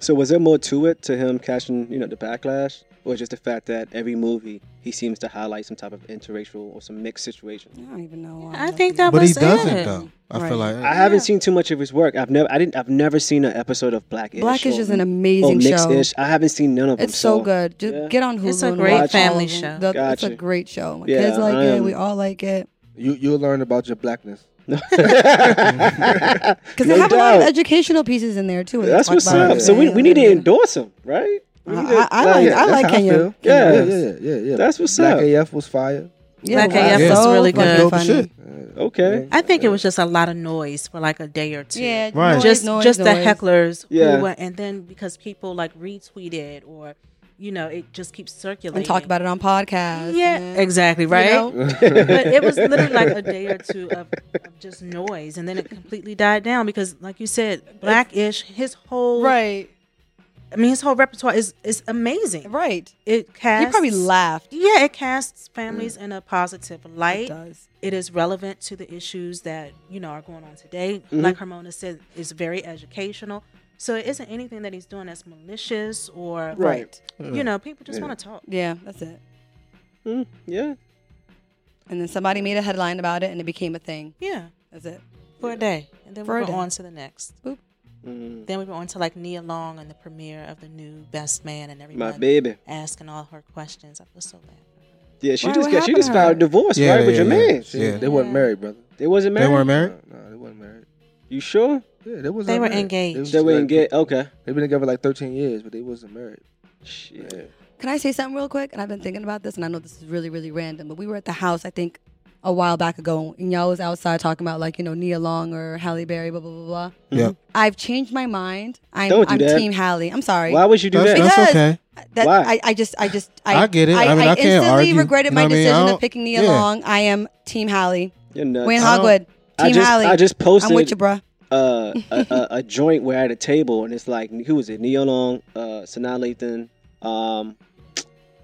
so was there more to it to him catching you know the backlash, or just the fact that every movie he seems to highlight some type of interracial or some mixed situation?
I don't even know. Why
I
I'm
think
laughing.
that
But he
was
doesn't
it.
though. I
Right.
feel like
I haven't seen too much of his work. I've never, I didn't, I've never seen an episode of Blackish.
Blackish
or-
is an
or
amazing
Mixed
show.
Ish. I haven't seen none of them.
It's so good. Just
Yeah.
get on Hulu.
It's a
and
great
watch all of
family
them.
show.
The- It's a
Gotcha.
great show. My
Yeah,
kids like
I
it.
am-
We all like it
You you'll learn about your blackness.
because
Because
they have a lot of educational pieces in there too. where they
That's
talk
what's
about
it.
up. So we,
Yeah,
we need to
yeah.
endorse him, right? We
I-
need to,
I- I like- I like
how
Kenya.
feel.
Yeah.
yeah, yeah, yeah, yeah.
That's what's
Black
up.
AF was fire.
Yeah,
Black
wow.
AF was
So
really
fucking
good.
Dope as
funny.
shit.
Uh,
Okay.
I think it was just a lot of noise for like a day or two.
Yeah,
Right.
noise,
just
noise,
just the
noise.
hecklers
Yeah.
who were, and then because people like retweeted or you know it just keeps circulating
and talk about it on podcasts.
yeah
and-
exactly right
know?
but it was literally like a day or two of, of just noise and then it completely died down because like you said blackish his whole
Right.
i mean his whole repertoire is is amazing
Right.
it casts
You probably laughed.
yeah it casts families in a positive
It
light
does.
it is relevant to the issues that you know are going on today. Like Hermona said, it's very educational. So it isn't anything that he's doing that's malicious or
Right.
Mm.
you know people just
Yeah.
want to talk.
Yeah, that's it.
Mm, yeah.
And then somebody made a headline about it, and it became a thing.
Yeah,
That's it.
for a day, and then
For a
we're
day.
on to the next.
Mm.
Then we went on to like Nia Long and the premiere of the new Best Man and
My
everyone
baby.
asking all her questions. I feel so bad.
Yeah, she
Why,
just
what
got she
happened
just
to
filed
her?
a divorce,
Yeah,
right? with
yeah,
your
yeah.
man.
She-
Yeah.
They weren't married, brother.
They wasn't
They
married.
weren't married.
No, no, they weren't married.
You sure?
Yeah, they was.
They were engaged.
They wouldn't get okay.
They've been together like 13 years, but they wasn't married.
Shit.
Yeah.
Can I say something real quick? And I've been thinking about this, and I know this is really, really random, but we were at the house, I think, a while back ago, and y'all was outside talking about like you know Nia Long or Halle Berry, blah blah blah blah.
Yeah.
I've changed my mind. I'm,
Don't do
I'm
that.
Team Halle. I'm sorry.
Why would you do
That's,
that?
Because-
that's okay.
That,
Why?
I, I just, I just,
I get it. I mean, I can't
instantly
argue.
regretted
You
my
know what I mean? I
decision
don't-
of picking Nia
yeah.
Long. I am Team Halle.
You're nuts.
Wayne
I don't-
Hogwood,
I
Team
just
Halle.
I just posted
I'm with you, bruh.
uh, a, a, a joint we're at a table and it's like who was it? Neil Long, uh, Sanaa Lathan, um,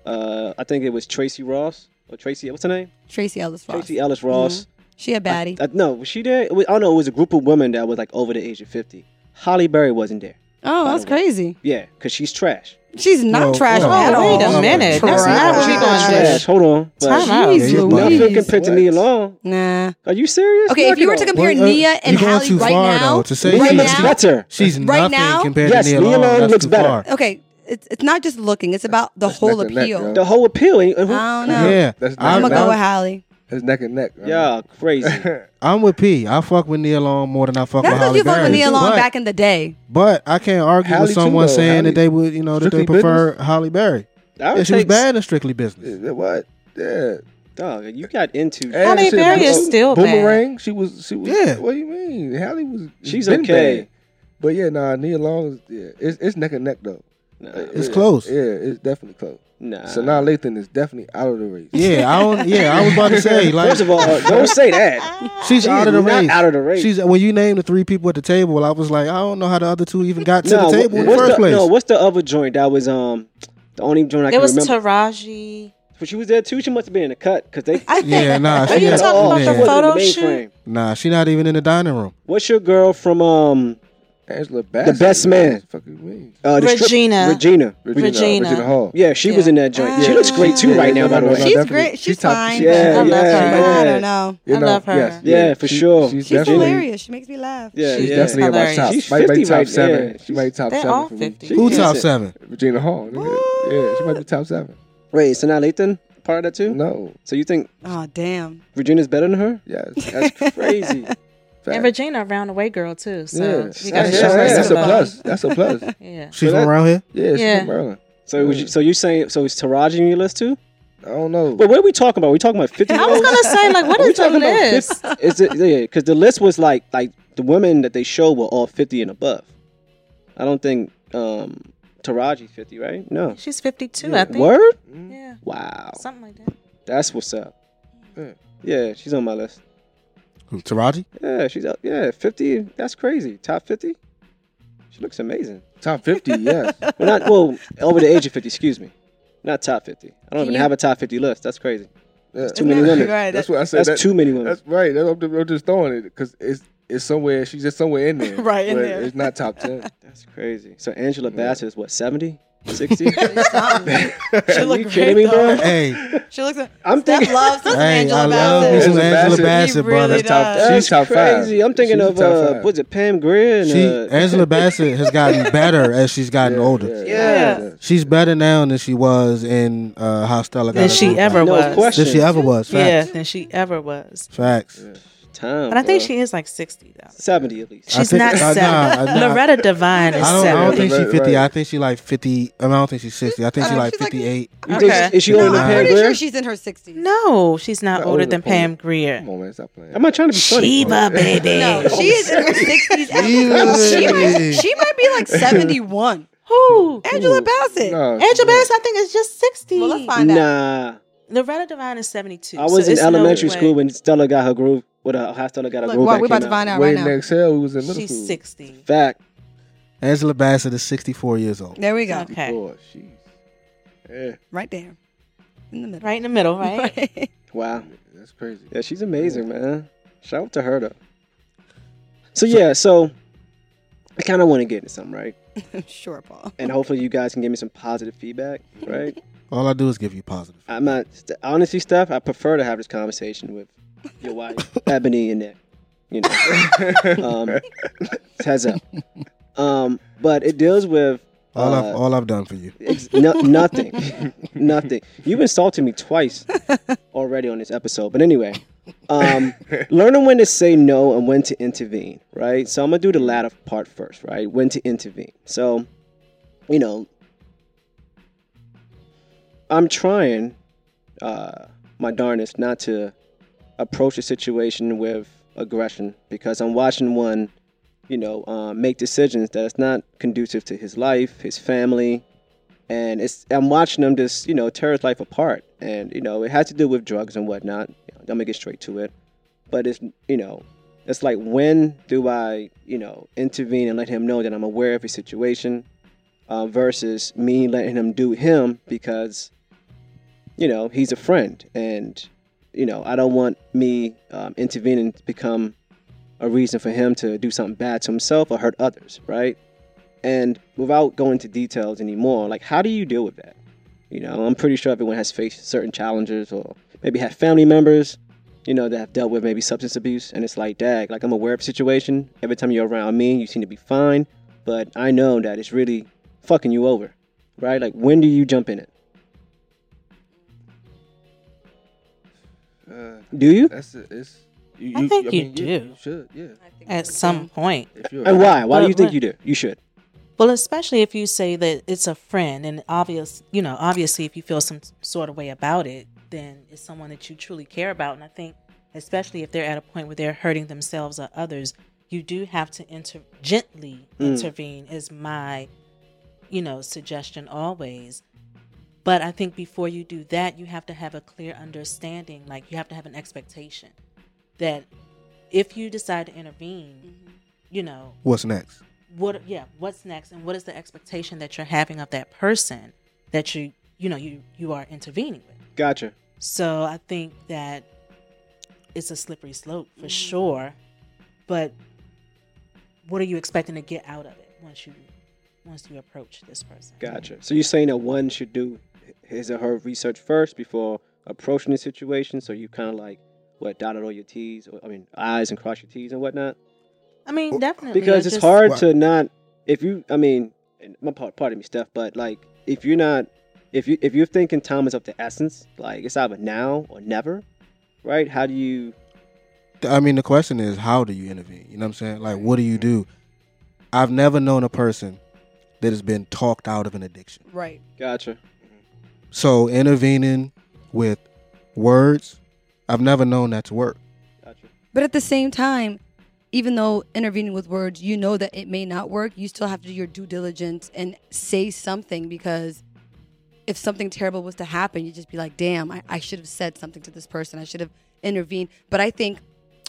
uh, I think it was Tracy Ross or Tracy. What's her name?
Tracy Ellis Ross.
Tracy Ellis Ross.
She a baddie.
I, I, no, was she there? It was- I don't know. It was a group of women that was like over the age of fifty. Holly Berry wasn't there.
oh, that's
by the way.
crazy.
Yeah, cause she's trash.
She's not
Whoa,
trash
whoa.
at
Oh,
all.
wait a minute.
That's not what we gonna
She's
Trash.
trash. Hold on. But
Time out.
Jeez
Yeah, you're
Louise.
Nothing compared to
What?
Nia Long.
Nah.
Are you serious?
Okay, if
Knock
you
it
were to
off.
compare
Well, uh,
Nia and
you're going
Halle
too
right
far,
now,
though, to say
right
Nia looks
now,
better.
She's
Right
nothing
now-
compared
Yes,
to Nia
Nia
Long.
Long
That's
looks
too
better.
far.
okay, it's it's not just looking; it's about the
that's
whole
neck and neck,
appeal.
yo.
The whole appeal. Ain't, who,
I don't know.
Yeah,
That's
I'm
I'm,
gonna go with
I'm,
Halle.
It's neck and neck. yo.
Y'all crazy.
I'm with P. I fuck with Nia Long more than I fuck
That's
with Halle
what you fuck
Berry.
with Nia Long
but,
back in the day.
but I can't argue
Halle
with
too,
someone
though.
saying
Halle-
that they would, you know, that they
Strictly
prefer Halle Berry.
I
Yeah,
would
she was
take-
bad in Strictly Business.
Yeah, what? Yeah.
Dog, you got into.
And
Halle
shit,
Berry is
Boom-
still bad.
Boomerang. She was. She was.
Yeah.
What do you mean? Halle was.
She's
been
okay.
bad. But yeah, nah, Nia Long. Is, yeah, it's, it's neck and neck though.
Nah,
It's close.
Yeah, it's definitely close.
nah.
So now Lathan is definitely out of the race.
Yeah, I don't, yeah, I was about to say like
First of all, uh, don't say that.
she's
She's
out of the
not
race.
out of the race.
She's when you named the three people at the table, I was like, I don't know how the other two even got
Nah,
to the
wha-
table in the
what's
first
the,
place.
No, what's the other joint that was um the only joint I can
There was
remember?
Taraji.
But she was there too. She must have been in the cut because they.
I think.
yeah, nah,
Are
she
you
had
not,
Oh,
all-
talking
yeah.
about
she
the
wasn't in
photo shoot?
mainframe.
nah, she not even in the dining room.
What's your girl from um
Angela Bassett.
best man.
What the fuck you mean?
uh, the strip-
Regina.
Regina.
Regina.
Regina Hall.
Yeah, she was
Yeah.
in that joint. She
Yeah.
Ah.
looks great too
Yeah,
right
yeah,
now.
no,
by the
no,
way.
no,
She's
definitely.
great. She's
top-
fine.
Yeah,
I
but
love
yeah,
her.
yeah.
I don't know.
You
I
know,
love her.
yes,
Yeah, for
She-
sure.
She's,
She's
definitely,
hilarious. She makes me laugh.
Yeah,
She's
yeah.
definitely in my
Hilarious.
top.
She's
might be
50
top
right there.
seven. She might be top
They're
seven
all
for me.
50.
Who
She's
top
in-
seven?
Regina Hall. nigga. Yeah, she might be top seven.
Wait, so now Lathan part of that too?
No.
So you think
Oh damn.
Regina's better than her?
Yes.
That's crazy.
And
Fact.
Regina, a roundaway girl too. So
yeah.
we gotta
That's-
show her
that's
some
a
love.
plus. That's a plus.
Yeah.
She's
that-
from around here.
Yeah, she's
Yeah.
from Maryland.
so
Mm.
would you, so you saying so is Taraji in your list too?
I don't know.
Wait, what are we talking about? we talking about fifty.
I was gonna say like, what
Are we
is the
talking about
list?
50 Is it yeah? Because the list was like like the women that they showed were all fifty and above. I don't think um Taraji's fifty, right? No.
She's 52, I think.
Word?
Yeah,
Wow,
something like that.
that's what's up.
Yeah.
Yeah, she's on my list.
Who, Taraji?
Yeah, she's up. Yeah, fifty. That's crazy. Top fifty. She looks amazing.
Top fifty, yes.
Well, not well over the age of fifty. Excuse me. Not top fifty. I don't even
you-
have a top fifty list. That's crazy.
Yeah.
Too many women.
Right,
That's
that-
what I said.
That's
that-
too many women.
That's right. That's, I'm, just- I'm just throwing it because it's it's somewhere. She's just somewhere in there.
Right, in
but
there.
It's not top ten.
That's crazy. So Angela Bassett is what, 70? 60?
She
Are
look
you kidding me,
great, though.
bro?
Hey,
She looks. Like,
I'm
Steph
thinking.
loves some
hey, I
Angela
love me
Bassett.
some Angela
Angela
Bassett,
Bassett. He
brother.
really
That's top.
does.
She's
That's
top
crazy.
five.
I'm thinking
She's
of
top
uh,
five.
was it Pam Grier and
She
uh,
Angela Bassett has gotten better as she's gotten older.
Yeah.
She's better now than she was in uh, How Stella Got
Than
Away
she
with
ever
Murder.
no
was.
question.
than she ever was. Facts.
Yeah, than she ever was.
Facts.
Time,
But I think
bro.
she is like 60 though.
70 at least.
I
She's
think-
not
uh, nah,
70.
uh, nah, I-
Loretta Devine is
I don't, I don't
70.
think she's
Right,
50.
right.
I think she like 50. I don't think she's 60. I think she
Uh,
like
she's like-
58.
You think
Okay.
she- is she
No,
older than
I'm
I'm
Pam
pretty
Grier?
sure she's in her 60s.
no, she's not
Not
older than Pam
Come
Greer.
on, man, stop playing.
I'm not trying to be funny.
Sheba, baby.
No, she is in her 60s.
Ew.
Angela- she, might, she might be like 71.
Who?
Angela Bassett.
No,
Angela Bass, I think, is just 60.
Well, let's find out.
Nah.
Loretta Devine is 72.
I was
so
in
it's no
elementary
way.
school when Stella got her groove. What uh, how Stella got her
Look,
groove.
wow,
back
we're about
came
to find out
Way
right now.
next hell, we was in middle
She's
school.
60.
Fact.
Angela Bassett is 64 years old.
There we go.
Okay.
Oh, jeez. Yeah,
Right there. In the middle.
Right in the middle, right?
Wow.
that's crazy.
Yeah, she's amazing, man. Shout out to her though. So yeah, so I kind of want to get into something, right?
sure, Paul.
And hopefully you guys can give me some positive feedback, right?
All I do is give you positive.
I'm not st- honestly, Steph. I prefer to have this conversation with your wife, Ebony, and Nick. You know, um, heads up. Um, but it deals with
All
Uh,
I've all I've done for you.
ex- no, nothing, nothing. You've insulted me twice already on this episode. But anyway, um, learning when to say no and when to intervene. Right. So I'm gonna do the latter part first. Right. When to intervene. So, you know, I'm trying uh, my darnest not to approach a situation with aggression because I'm watching one, you know, uh, make decisions that is not conducive to his life, his family, and it's I'm watching them just you know tear his life apart, and you know it has to do with drugs and whatnot. I'm gonna get straight to it, but it's you know. It's like when do I, you know, intervene and let him know that I'm aware of his situation, uh, versus me letting him do him because, you know, he's a friend and you know, I don't want me um, intervening to become a reason for him to do something bad to himself or hurt others, right? And without going into details anymore, like, how do you deal with that? You know, I'm pretty sure everyone has faced certain challenges or maybe have family members, you know, that have dealt with maybe substance abuse. And it's like, dag, like, I'm aware of the situation. Every time you're around me, you seem to be fine. But I know that it's really fucking you over, right? Like, when do you jump in it?
Uh,
Do you?
that's it. It's, you,
I think you
yeah,
do.
you should, yeah.
at some point.
If you're
And why? Why do you
But
think
when-
you do? You should.
Well, especially if you say that it's a friend, and obvious, you know, obviously, if you feel some sort of way about it, then it's someone that you truly care about. And I think, especially if they're at a point where they're hurting themselves or others, you do have to inter- gently intervene. Is my, you know, suggestion always. But I think before you do that, you have to have a clear understanding. Like you have to have an expectation that if you decide to intervene, you know,
What's next?
what yeah what's next and what is the expectation that you're having of that person that you you know you you are intervening with
Gotcha.
so i think that it's a slippery slope for sure but what are you expecting to get out of it once you once you approach this person
Gotcha. So you're saying that one should do his or her research first before approaching the situation. So you kind of like what dotted all your T's, or, I mean I's, and cross your T's and whatnot.
i mean definitely I
Because it's
just-
hard
Right.
to not if you. I mean, and my part, pardon me, Steph, but like if you're not, if you if you're thinking time is of the essence, like it's either now or never, right? How do you?
Th- I mean, the question is, how do you intervene? You know what I'm saying? Like, what do you do? I've never known a person that has been talked out of an addiction.
Right.
Gotcha.
So intervening with words, I've never known that to work.
Gotcha.
But at the same time, even though intervening with words, you know that it may not work, you still have to do your due diligence and say something because if something terrible was to happen, you'd just be like, damn, I, I should have said something to this person. I should have intervened. But I think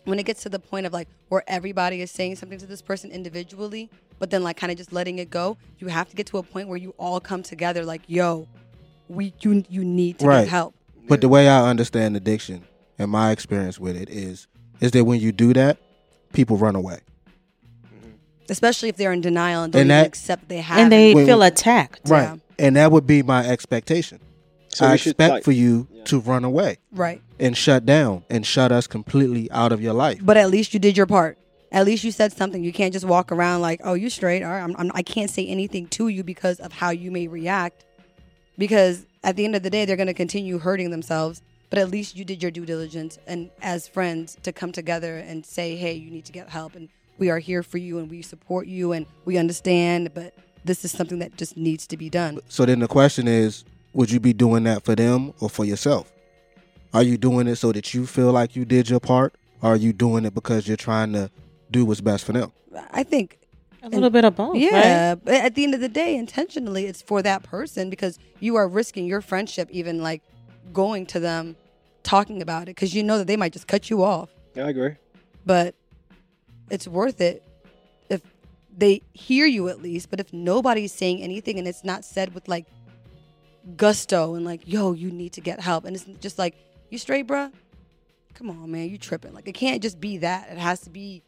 when it gets to the point of like where everybody is saying something to this person individually, but then like kind of just letting it go, you have to get to a point where you all come together like, yo, we you you need to
Right.
get help.
But the way I understand addiction and my experience with it is, is that when you do that, people run away.
Especially if they're in denial and don't
And
even
that-
accept they have
and they
Wait,
feel
wait.
attacked
Right. Yeah.
And that would be my expectation.
So
I
we should,
expect
like-
for you
Yeah.
to run away
right.
and shut down and shut us completely out of your life.
But at least you did your part. At least you said something. You can't just walk around like, "Oh, you straight." All right, I'm, I'm, I can't say anything to you because of how you may react. Because at the end of the day, they're going to continue hurting themselves. But at least you did your due diligence, and as friends, to come together and say, "Hey, you need to get help, and we are here for you, and we support you, and we understand." But this is something that just needs to be done.
So then the question is, would you be doing that for them or for yourself? Are you doing it so that you feel like you did your part? Or are you doing it because you're trying to do what's best for them?
I think
a little bit of both
Yeah, but at the end of the day, intentionally, it's for that person because you are risking your friendship, even like going to them, talking about it, because you know that they might just cut you off.
Yeah, I agree.
But it's worth it if they hear you at least. But if nobody's saying anything and it's not said with like gusto and like, yo, you need to get help, and it's just like, you straight, bruh? Come on, man, you tripping? Like it can't just be that. It has to be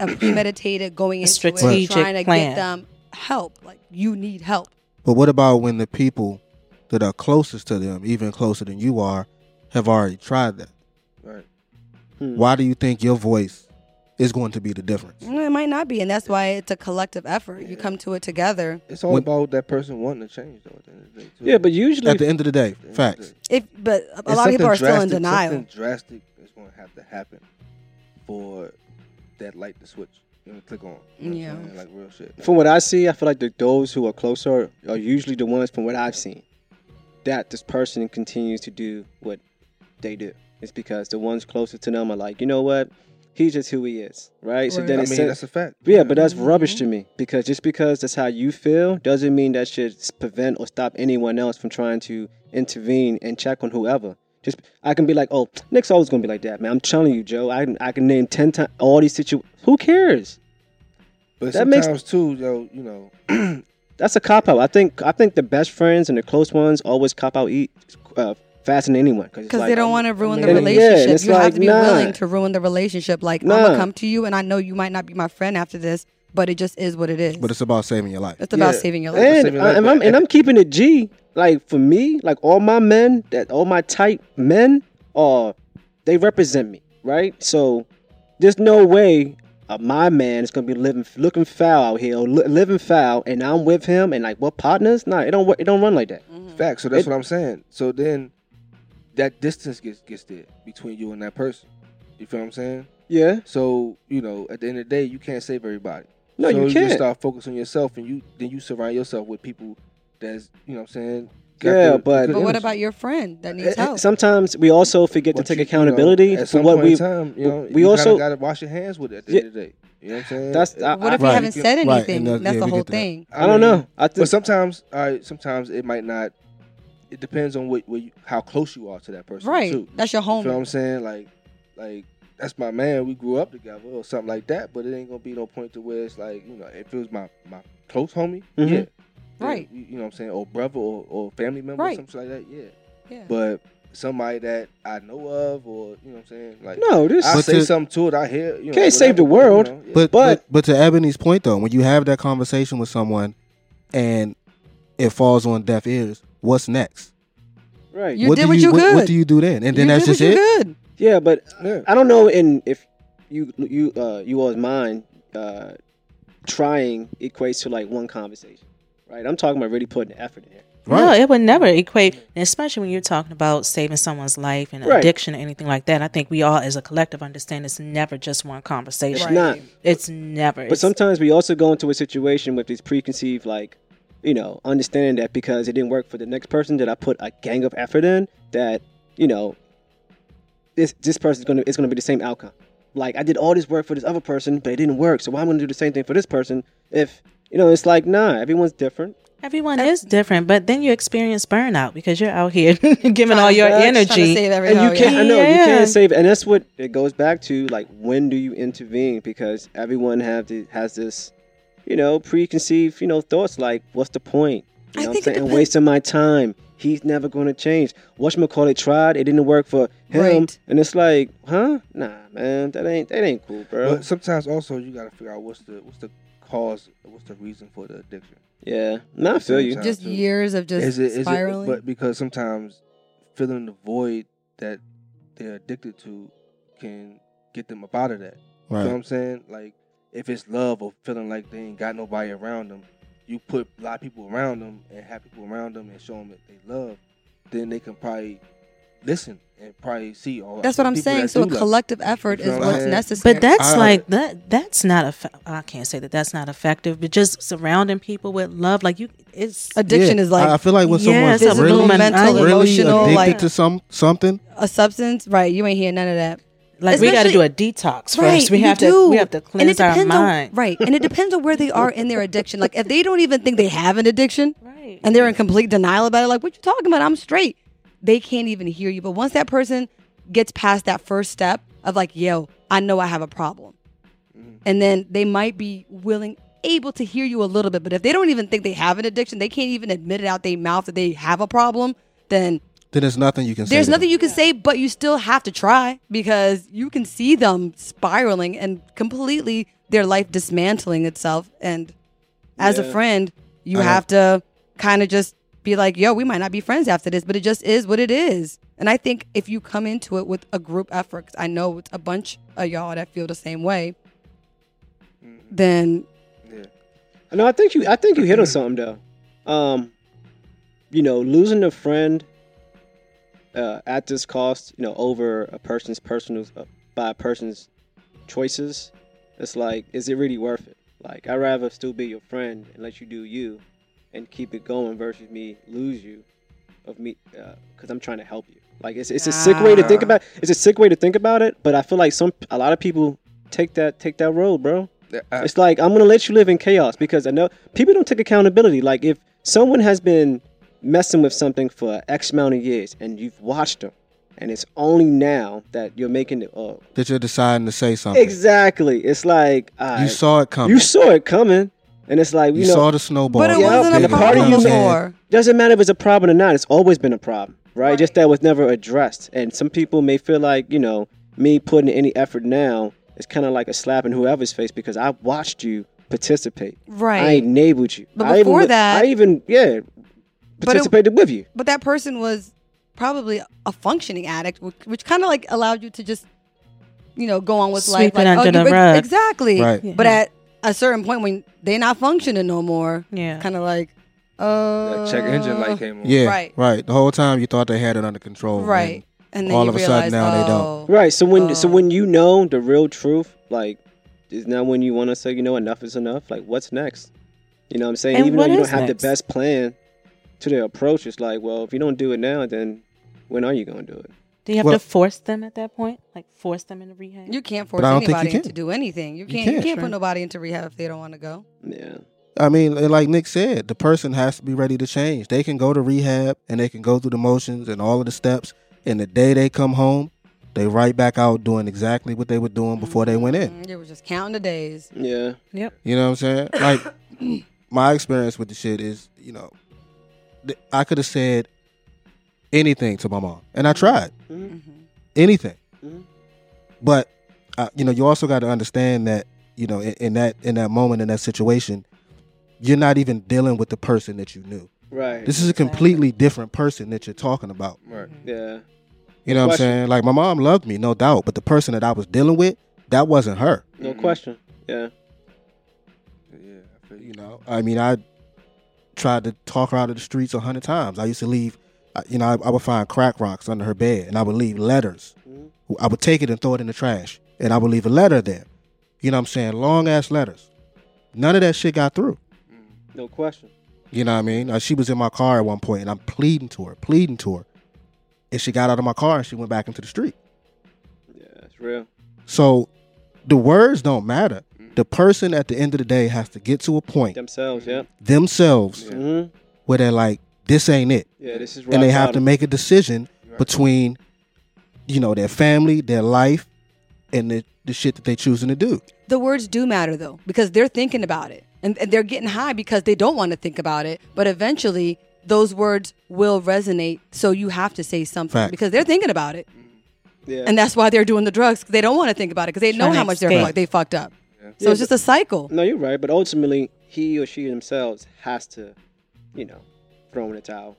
a premeditated going into
strategic
it, trying to
plan.
get them help. Like you need help.
But what about when the people that are closest to them, even closer than you are, have already tried that?
Right.
Why do you think your voice is going to be the difference.
Mm, It might not be, and that's why it's a collective effort. You come to it together.
It's all
When-
about that person wanting to change, though. At the end of the day, too.
Yeah, but usually
At the end of the day,
At the end of the
facts.
day.
If but a
And
lot of
something
people are still in
drastic-
denial.
Something drastic is going to have to happen for that light to switch. You know, click on. You know what I'm
Yeah.
saying? Like real shit.
from what I see, I feel like the, those who are closer are usually the ones from what I've seen that this person continues to do what they do. It's because the ones closest to them are like, you know what, he's just who he is, right? So
Right.
I
then
mean,
it's sen-
that's Mm-hmm. a fact.
yeah, but that's rubbish to me because just because that's how you feel doesn't mean that should s- prevent or stop anyone else from trying to intervene and check on whoever. Just I can be like, oh, Nick's always gonna be like that, man. I'm telling you, Joe. I can I can name ten times all these situations. Who cares?
But
That makes-
sometimes too, yo, you know,
That's a cop out. I think I think the best friends and the close ones always cop out eat uh, faster than anyone because
Because they don't want to ruin the
mean, yeah,
relationship.
it's
you have
like,
to be
nah.
willing to ruin the relationship. Like I'm
Nah.
gonna come to you, and I know you might not be my friend after this, but it just is what it is.
But it's about saving your life.
it's about
Yeah.
saving your life.
That's
And,
the same
I,
as
and
like
I'm
that.
and I'm keeping it G. Like for me, like all my men, that all my tight men are, they represent me, right? So there's no way uh, my man is gonna be living looking foul out here, or li- living foul, and I'm with him, and like what partners? Nah, it don't wo- it don't run like that.
fact. So that's
It-
what I'm saying. So then that distance gets gets there between you and that person. You feel what I'm saying?
Yeah,
So you know, at the end of the day, you can't save everybody.
No,
so
you
just
can't.
start focusing on yourself, and you then you surround yourself with people that's you know what I'm saying.
Yeah,
the-
but-
the
But what
energy.
about your friend that needs
Eh, eh,
help?
sometimes we also forget
But
to take
you- you know,
accountability
at
for
some
what
point in
we.
time, you know,
we
you
also-
got to wash your hands with it at the
Yeah.
end of the day. You know what I'm saying?
That's- I-
what if
I-
you
Right.
haven't said
Right,
anything?
and that-
that's
yeah,
the
we
whole
get to that.
thing.
I, don't
mean,
know. I think
But sometimes, all right, sometimes it might not. It depends on what, what you, how close you are to that person,
Right.
Too.
That's your
You feel what
home.
I'm saying? Like, like that's my man. We grew up together or something like that. But it ain't gonna be no point to where it's like you know, if it was my my close homie,
Mhm.
yeah, then
Right.
You, you know what I'm saying, or brother or, or family member,
Right.
or something like that, yeah.
Yeah.
But somebody that I know of, or you know what I'm saying, like
no, this
I
But
say
to-
something to it. I hear you know,
Can't save the
whatever,
world,
you know, yeah.
But,
But-
but but to Ebony's point though, when you have that conversation with someone and it falls on deaf ears, what's next?
right.
You
what
did
do
what you
what,
could.
What do you do then? And then
You
that's
did what
just
you
it.
Good.
Yeah, but
Yeah.
I don't know. In if you you uh you all's mind uh trying equates to like one conversation, right? I'm talking about really putting effort in here.
No,
Right.
it would never equate, and especially when you're talking about saving someone's life and
Right.
addiction or anything like that. I think we all, as a collective, understand it's never just one
It's
conversation.
Right.
not.
It's never.
But sometimes we also go into a situation with these preconceived like, you know, understanding that because it didn't work for the next person that I put a gang of effort in, that you know, this this person's gonna it's gonna be the same outcome. Like I did all this work for this other person, but it didn't work. So why am I gonna do the same thing for this person if you know? It's like nah, everyone's different.
everyone
Ev-
is different, but then you experience burnout because you're out here giving all
Trying
your
to- trying to
energy.
save every
and you
hoe, yeah.
can't. I know you
Yeah.
can't save, and that's what it goes back to. Like, when do you intervene? Because everyone have the, has this, you know, preconceived, you know, thoughts. Like, what's the point? You
I
know what I'm
think it
saying?
depends-
Wasting my time. He's never going to change. Watch McCauley tried. It didn't work for him,
Right.
and it's like, huh? Nah, man, that ain't that ain't cool, bro.
But sometimes also you gotta figure out what's the what's the cause, what's the reason for the addiction.
yeah, nah, I feel you.
Sometimes
Just
too.
years of just
is it, is
spiraling.
It, but because sometimes filling the void that they're addicted to can get them up out of that. You know what
Right.
I'm saying? Like if it's love or feeling like they ain't got nobody around them, you put a lot of people around them and have people around them and show them that they love, then they can probably listen and probably see all.
that's what I'm
people
saying.
that
So a
do love.
collective effort
You
is
feel what I'm
what's
saying?
necessary.
But that's
I-
like that. That's not a. I can't say that. That's not effective. But just surrounding people with love, like you, it's
addiction
Yeah.
is like
I, I feel like when
Yeah,
someone's
it's a
really,
lumen- mental,
really
emotional,
addicted
like-
to some something,
a substance, right? You ain't hear none of that.
like we got to do
Especially-
a detox first.
Right,
we
you
have to.
do.
We have to
And it
cleanse our
depends on-
mind.
right, and it depends on where they are in their addiction. Like if they don't even think they have an addiction
Right.
and they're in complete denial about it, like what you talking about? I'm straight. They can't even hear you. But once that person gets past that first step of like, yo, I know I have a problem, and then they might be willing, able to hear you a little bit. But if they don't even think they have an addiction, they can't even admit it out their mouth that they have a problem. Then
then there's nothing you can say.
there's
to
nothing
them.
you can say, but you still have to try because you can see them spiraling and completely their life dismantling itself. And as a
Yeah.
friend, you
I know.
have to kind of just be like, yo, we might not be friends after this, but it just is what it is. And I think if you come into it with a group effort, 'cause I know it's a bunch of y'all that feel the same way, then
Mm-hmm. Yeah.
No, I think you. I think you hit on something though. Um, you know, losing a friend uh, at this cost, you know, over a person's personal uh, by a person's choices, it's like, is it really worth it? Like, I'd rather still be your friend and let you do you, and keep it going versus me lose you, of me because I'm trying to help you. Like, it's it's a sick way to think
Ah.
about. It's a sick way to think about it, but I feel like some a lot of people take that take that road, bro.
I,
It's like I'm gonna let you live in chaos because I know people don't take accountability. Like if someone has been messing with something for X amount of years and you've watched them, and it's only now that you're making it. Oh,
that you're deciding to say something.
exactly. It's like I,
You saw it coming.
you saw it coming, and it's like
You
you, know
saw the snowball.
but it
yeah,
wasn't
and
a
the party
problem
you
Comes in.
before.
doesn't matter if it's a problem or not. It's always been a problem, right? Just that was never addressed, and some people may feel like you know me putting any effort now is kind of like a slap in whoever's face because I watched you participate. I
Right.
enabled you.
But
I
before
even,
that-
I even yeah participated with you.
but that person was probably a functioning addict, which, which kind of like allowed you to just, you know, go on with
Sweep
life.
it
Like,
under the
you- ex-
rug.
Exactly.
Right.
Yeah.
But at a certain point when they're not functioning no more,
yeah.
kind of like, uh,
that check engine light came on.
Yeah,
Right.
right. The whole time you thought they had it under control.
Right. And then
all
you
of a
realize,
sudden now they don't.
oh,
Right. So when so
Oh.
when you know the real truth, like is now when you want to say you know enough is enough. Like what's next? You know what I'm saying?
And
even though
what
you don't
is
have
next?
the best plan to the approach, it's like well if you don't do it now, then when are you going to do it?
Do you have
Well-
to force them at that point? Like force them into rehab?
You can't force
I don't think you
anybody
can.
to do anything.
You
You can't. You can't,
can't.
put nobody into rehab if they don't want to go.
Yeah.
I mean, li- like Nick said, the person has to be ready to change. They can go to rehab and they can go through the motions and all of the steps. And the day they come home, they right back out doing exactly what they were doing before they went in.
Mm, They were just counting the days.
Yeah.
You know what I'm saying? Like my experience with the shit is, you know, th- I could have said anything to my mom, and I tried
Mhm.
Mm-hmm.
anything.
Mhm.
But uh, you know, you also got to understand that you know, in, in that in that moment in that situation, you're not even dealing with the person that you knew.
Right.
This is a completely different person that you're talking about.
Right.
yeah.
You know what I'm
Question.
saying? Like my mom loved me, no doubt, but the person that I was dealing with, that wasn't her.
No
Mhm.
question. Yeah.
Yeah. I feel
You
you.
know, I mean, I tried to talk her out of the streets a hundred times. I used to leave, I- you know, I, I would find crack rocks under her bed, and I would leave letters.
Mhm.
I would take it and throw it in the trash, and I would leave a letter there. You know what I'm saying? Long ass letters. None of that shit got through.
No question.
You know what I mean? Uh, she was in my car at one point, and I'm pleading to her, pleading to her, and she got out of my car and she went back into the street.
Yeah, it's real.
So the words don't matter. The person at the end of the day has to get to a point
Themselves. Yeah.
themselves
Yeah.
hmm
where they're like, this ain't it.
Yeah. This is.
and they
rock
have to
bottom.
make a decision
Right.
between, you know, their family, their life, and the, the shit that they choosing to do.
The words do matter though, because they're thinking about it and, and they're getting high because they don't want to think about it. But eventually, those words will resonate. So you have to say something
Facts.
because they're thinking about it,
Yeah.
and that's why they're doing the drugs. 'cause they don't want to think about it because they know
Trying to
how much they're
escape.
fuck, they fucked up.
Yeah.
So it's just a cycle.
No, you're right, but ultimately he or she themselves has to, you know, throw in the towel.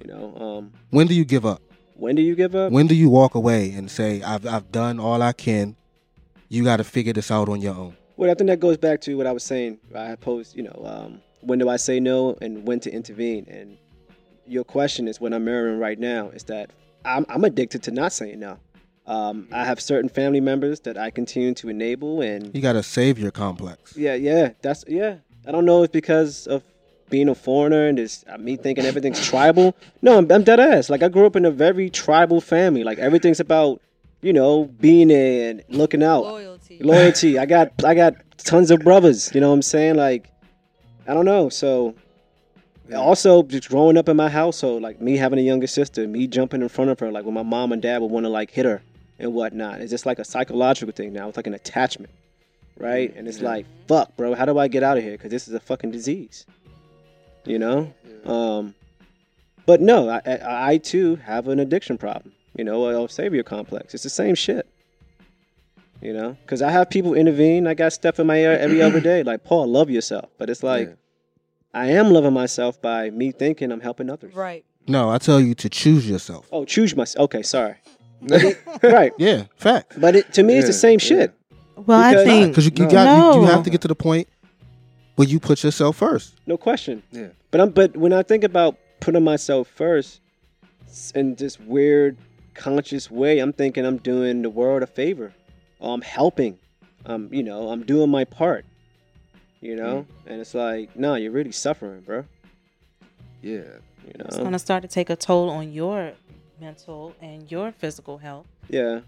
You know, um,
When do you give up?
when do you give up?
When do you walk away and say, I've, I've done all I can? You got to figure this out on your own.
Well, I think that goes back to what I was saying. I posed, you know, um, when do I say no and when to intervene? And your question is what I'm mirroring right now is that I'm, I'm addicted to not saying no. Um, I have certain family members that I continue to enable and
You got a savior complex.
Yeah, yeah, that's yeah. I don't know. It's because of being a foreigner and this uh, me thinking everything's tribal. No, I'm, I'm dead ass. Like I grew up in a very tribal family. Like everything's about you know being there and looking out,
Loyalty.
loyalty. I got I got tons of brothers. You know what I'm saying? Like I don't know. So and also just growing up in my household, like me having a younger sister, me jumping in front of her, like when my mom and dad would want to like hit her and whatnot. It's just like a psychological thing now. It's like an attachment, right? And it's like, fuck, bro, how do I get out of here? Because this is a fucking disease, you know. Um, but no, I, I, I too have an addiction problem. You know, a savior complex. It's the same shit. You know, because I have people intervene. I got stuff in my ear every other day, like Paul, love yourself. But it's like.
Yeah.
I am loving myself by me thinking I'm helping others.
Right.
No, I tell you to choose yourself.
Oh, choose myself. Okay, sorry. right.
Yeah, fact.
But it, to me, it's the
Yeah,
same
yeah.
shit.
Well, I
Because-
think
because you, you
No.
got you, you
No.
have to get to the point where you put yourself first.
No question.
Yeah.
But I'm but when I think about putting myself first s- in this weird conscious way, I'm thinking I'm doing the world a favor. I'm helping. I'm you know, I'm doing my part. You know? And it's like, nah, you're really suffering, bro.
Yeah.
You
it's
know?
going to start to take a toll on your mental and your physical health.
Yeah.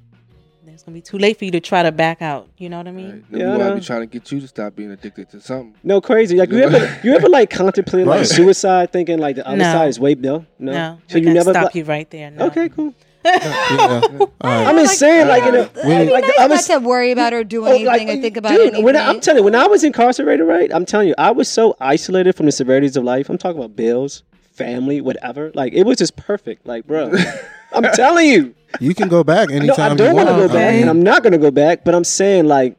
Then it's going to be too late for you to try to back out. You know what I mean?
Right.
Yeah,
Then yeah,
I
be
know.
trying to get you to stop being addicted to something.
No, crazy. Like you ever you ever like contemplate like
Right.
suicide thinking like the other
No.
side is way no?
No,
No.
so you never stop
like-
you right there. No.
Okay, cool.
Yeah. All right.
I'm just saying like in a
I mean,
like the
I used
other
not to worry about or do
Oh,
anything
like,
or think about
dude,
anything.
When I, am telling you, when I was incarcerated, right? I'm telling you, I was so isolated from the severities of life. I'm talking about bills, family, whatever. Like it was just perfect. Like, bro, I'm telling you,
You can go back
no, I
anytime
don't
you
want
want.
to go
Okay.
back, and I'm not gonna go back. But I'm saying, like,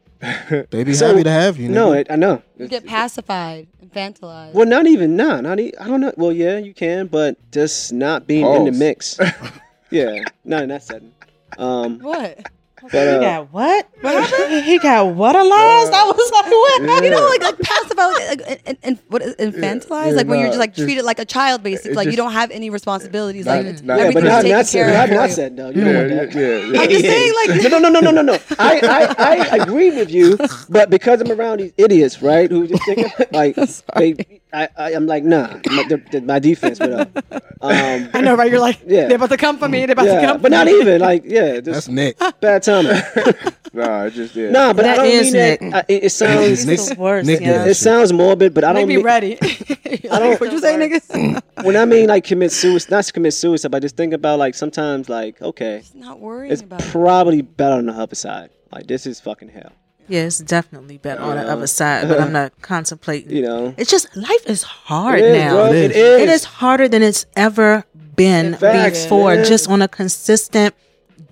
they be
So-
happy to have you.
no,
nigga.
it, I know.
you get pacified, infantilized.
Well, not even nah, not e- I don't know. Well, yeah, you can, but just not being in the
Pause.
mix. yeah, no, not sudden. Um,
What?
but
He
uh,
got what? he got what a loss? I was like, what?
You know, like like pacified, like, like and, and what is infantilized?
yeah,
like when
nah,
you're just like
just-
treated like a child,
it
basically. Like
just-
you don't have any responsibilities.
Not-
Like it's-
not-
yeah, but
everything's
not
taken
not
care
sudden.
of.
Not,
for
not
you.
sudden. No, you
Yeah,
don't want
yeah,
that.
yeah, yeah.
I'm just saying, like
no, no, no, no, no, no, no. I, I, I agree with you, but because I'm around these idiots, right? Who just think like they, I, I, I'm like, nah, my, the, the, my defense went up. Um,
I know, right? You're like,
Yeah.
they're about to come for me. They're about to
yeah,
come.
but not even like, yeah,
that's
just
Nick.
bad timing.
Nah, it just yeah.
nah, but
That
I don't
is
mean that.
Nick.
I, it, it sounds,
Nick- the worst,
Nick
yeah.
did that
it
shit.
sounds morbid, but I
Make
don't.
me
mean,
ready. I
don't-
What you say, niggas?
when I mean like commit suicide, not commit suicide, but just think about like sometimes like, okay,
Just not worrying
it's
about. it.
probably better on the other side. Like this is fucking hell,
Yeah, it's definitely better on the
Yeah.
other side, but I'm not contemplating.
uh, you know.
It's just life is hard
It is,
now.
bro,
It
it
is.
is.
It is harder than it's ever been
Facts,
before,
man.
just on a consistent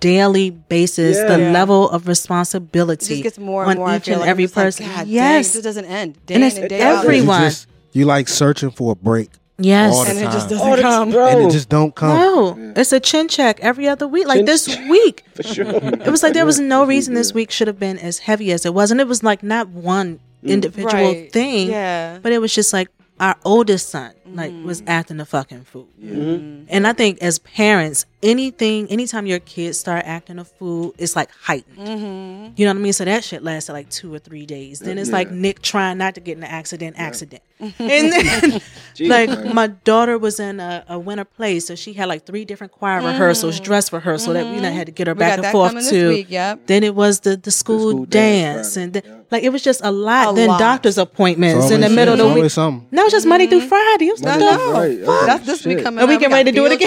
daily basis. The
Yeah.
level of
It
responsibility
just gets more
on
and more. I
each
feel
and
like, I'm
every
just like,
person.
God, dang,
yes,
this doesn't end. Day
and it's
in and day out.
every-
everyone.
You just you like searching for a break,
yes.
all the
and it just
time.
doesn't
Oh, that's-
come.
bro.
and it just don't come.
No, it's a chin check every other week. Like
Chin
this
check.
week,
for sure.
it was like there was no reason this week should have been as heavy as it was, and it was like not one individual
Right.
thing,
Yeah. Mm.
but it was just like our oldest son like was acting the fucking fool.
Mm-hmm.
And I think as parents, anything, anytime your kids start acting a fool, it's like heightened.
Mm-hmm.
You know what I mean? So that shit lasted like two or three days. Then it's like Nick trying not to get in an accident, accident. And then, like, my daughter was in a, a winter play, so she had like three different choir rehearsals, dress rehearsal that we done had to get her
Mm-hmm. We
back
got
and
that
forth
coming
to.
this week, yep.
Then it was the, the, school,
school dance
dance,
Friday,
and then,
yep.
like it was just a lot.
A
then
lot.
It's
doctor's appointments in the
always
middle
shit. It's
of the week.
always something.
Now it's just Monday
Mm-hmm.
through Friday. I'm
I
like,
know.
Right. Oh,
That's this
shit.
week coming.
Are we
up.
getting
got
ready to do it
field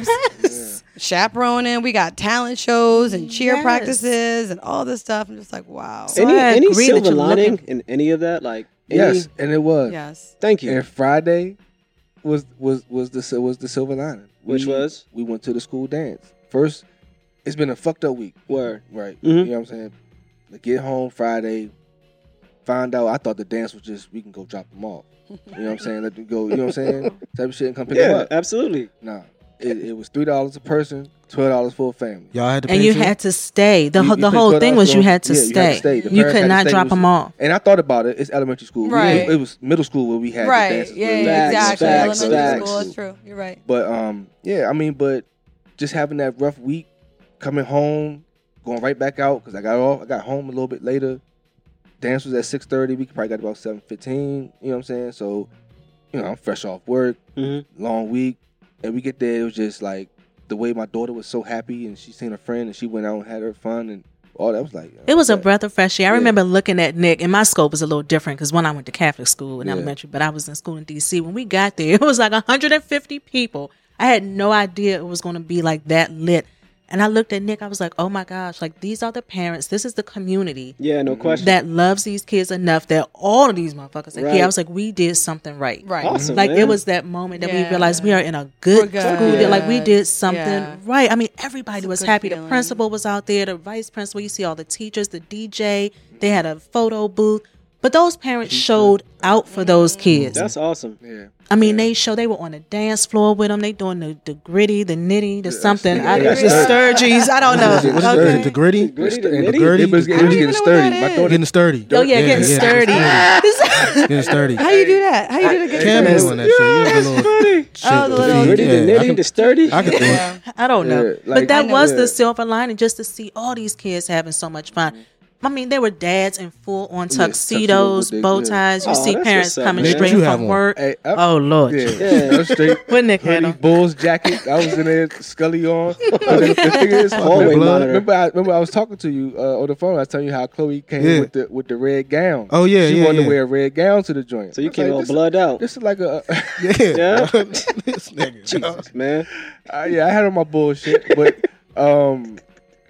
again?
trips, Chaperoning. We got talent shows and cheer
Yes.
practices and all this stuff. I'm just like, wow.
So-
any
I
any
agree that
silver
you're
lining
looking-
in any of that? Like any,
Yes, and it was.
yes.
Thank you.
And Friday was was was the sil- was the silver lining,
Which was?
we went to the school dance. First, it's been a fucked up week.
Word.
Right. You
Mhm.
know what I'm saying? To get home Friday, find out I thought the dance was just we can go drop them off. You know what I'm saying? Let them go, you know what I'm saying? Type of shit and come pick
Yeah,
them up.
absolutely.
Nah. It, it was three dollars a person, twelve dollars for a family.
Y'all had to pay
and you
attention?
had to stay. The
You-
whole
you
the
pay
whole
$12
thing was
for
you
them.
had to
Yeah, you had to
stay.
stay. The
You
parents had
could
to
not
stay.
drop
It was-
them off.
And I thought about it. It's elementary school. We-
Right.
It, was middle school where we had the
Right.
dances.
Yeah,
where we
yeah,
had the
Facts,
exactly.
dances.
facts,
Elementary
facts.
Elementary school. That's true. You're right.
But um, yeah, I mean, but just having that rough week, coming home, going right back out because I got off. I got home a little bit later. Dance was at six thirty. We probably got about seven fifteen. You know what I'm saying? So, you know, I'm fresh off work,
Mhm.
Mm-hmm.
long week, and we get there. It was just like the way my daughter was so happy, and she seen a friend, and she went out and had her fun, and all that I was like.
It was a
okay.
breath of fresh air. I
Yeah.
remember looking at Nick, and my scope was a little different because when I went to Catholic school in
Yeah.
elementary, but I was in school in D.C. When we got there, it was like 150 people. I had no idea it was going to be like that lit. And I looked at Nick. I was like, "Oh my gosh! Like these are the parents. This is the community
Yeah, no question.
Mm-hmm. that loves these kids enough that all of these motherfuckers are
Right.
here." I was like, "We did something right."
Right.
awesome.
Like
man.
it was that moment that we
Yeah.
realized we are in a good,
We're
school. year. Like we
good.
did something
Yeah.
right. I mean, everybody
It's a
was
good
happy. The
feeling.
principal was out there, the vice principal. You see all the teachers, the DJ. They had a photo booth. But those parents showed out for those
Mm-hmm.
kids.
That's awesome.
Yeah.
I mean, they show they were on the dance floor with them. They doing the, the gritty, the nitty, the something. I,
yeah,
the surgeries. I don't
What is it? What is
know.
it?
Okay.
The gritty?
Gritty to
Stu-
nitty?
the gritty?
It was, it
I
was
don't
getting
even know what
sturdy.
that
My
is.
daughter,
Getting sturdy.
Oh yeah, getting
yeah,
sturdy.
Getting sturdy.
How you do that? How you do that?
Cam doing that shit. You have a little shit
Oh, the
to
little-
feed.
Gritty
Yeah,
to
I
nitty
can-
to sturdy.
I can do it.
I don't know,
Yeah, like-
but that
I know.
was the
Yeah.
silver lining, just to see all these kids having so much fun. I mean, there were dads in full on
Yeah,
tuxedos,
tuxedo with
bow
the-
ties. You
Aw,
see
that's
parents
what's up,
coming
man.
straight
Did you have one?
from work.
Hey, I-
oh lord,
Yeah,
Yeah.
I'm straight.
What Nick had
hoodie,
on.
Bulls jacket. I was in there, Scully on. But the, the thing is,
Hallway
remember,
monitor.
remember, I, remember, I was talking to you uh, on the phone. I was telling you how Chloe came
Yeah.
with the with the red gown.
Oh, yeah,
she
yeah,
wanted
yeah.
to wear a red gown to the joint.
So you
I was
came
like,
all
this-
blood out.
This is like a,
Yeah.
Yeah.
this nigga.
Jesus, man.
uh, yeah. I had on my bullshit, but um,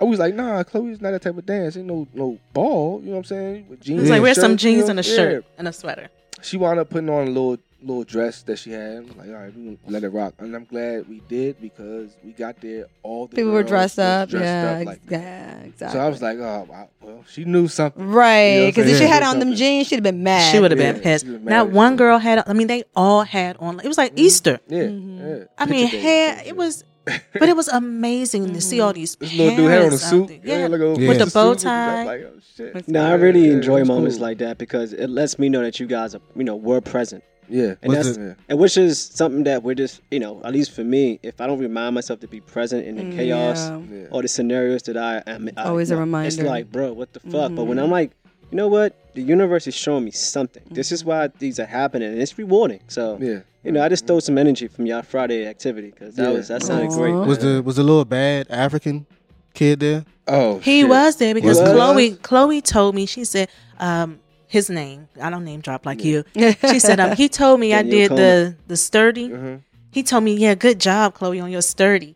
I was like, nah, Chloe's not that type of dance. Ain't no no ball. You know what I'm saying? With jeans,
It's like
and
wear some
shirts, you
jeans
know?
and a
Yeah.
shirt and a sweater.
she wound up putting on a little little dress that she had. I'm like, all right, we gonna let it rock, and I'm glad we did because we got there. All the
People were
girls
dressed
was
up.
dressed
yeah,
up
ex-
like that.
yeah, exactly.
So I was like, oh wow, well, she knew something. You
right,
know what I'm
because if
saying?
she had
Yeah.
on them jeans, she'd have been mad.
She would have
Yeah,
been pissed.
she was mad Mm-hmm.
Not
as
one
shit.
girl had. I mean, they all had on. It was like Easter.
Yeah,
Mhm.
yeah.
Mm-hmm. I mean, hair. It was, but it was amazing to see all these
This little
parents
dude had on a
out
suit,
there.
yeah,
Yeah,
like a,
Yeah. With the
suit,
bow
with the-
tie.
Like, oh, shit.
No, I really
Yeah,
enjoy
it's
moments
cool.
like that because it lets me know that you guys are, you know, were present.
yeah,
And
What's
that's and which is something that we're just, you know, at least for me, if I don't remind myself to be present in the
Mm,
chaos
yeah.
yeah. yeah.
or the scenarios that I am, I-
Always a
It's
reminder.
like, bro, what the fuck? But when
Mhm.
I'm
Mm-hmm.
like, you know what? The universe is showing me something. This
Mm-hmm.
is why these are happening, and it's rewarding. So
yeah.
you know, I just stole some energy from y'all Friday activity because that
Yeah.
was that sounded
Aw.
great.
Was
man.
the was the little bad African kid there?
Oh,
He
shit.
was there because
Was he?
Chloe Chloe told me she said um his name I don't name drop like you she said um, he told me I
Daniel
did
Coleman.
the the sturdy
Mhm.
he told me yeah good job Chloe on your sturdy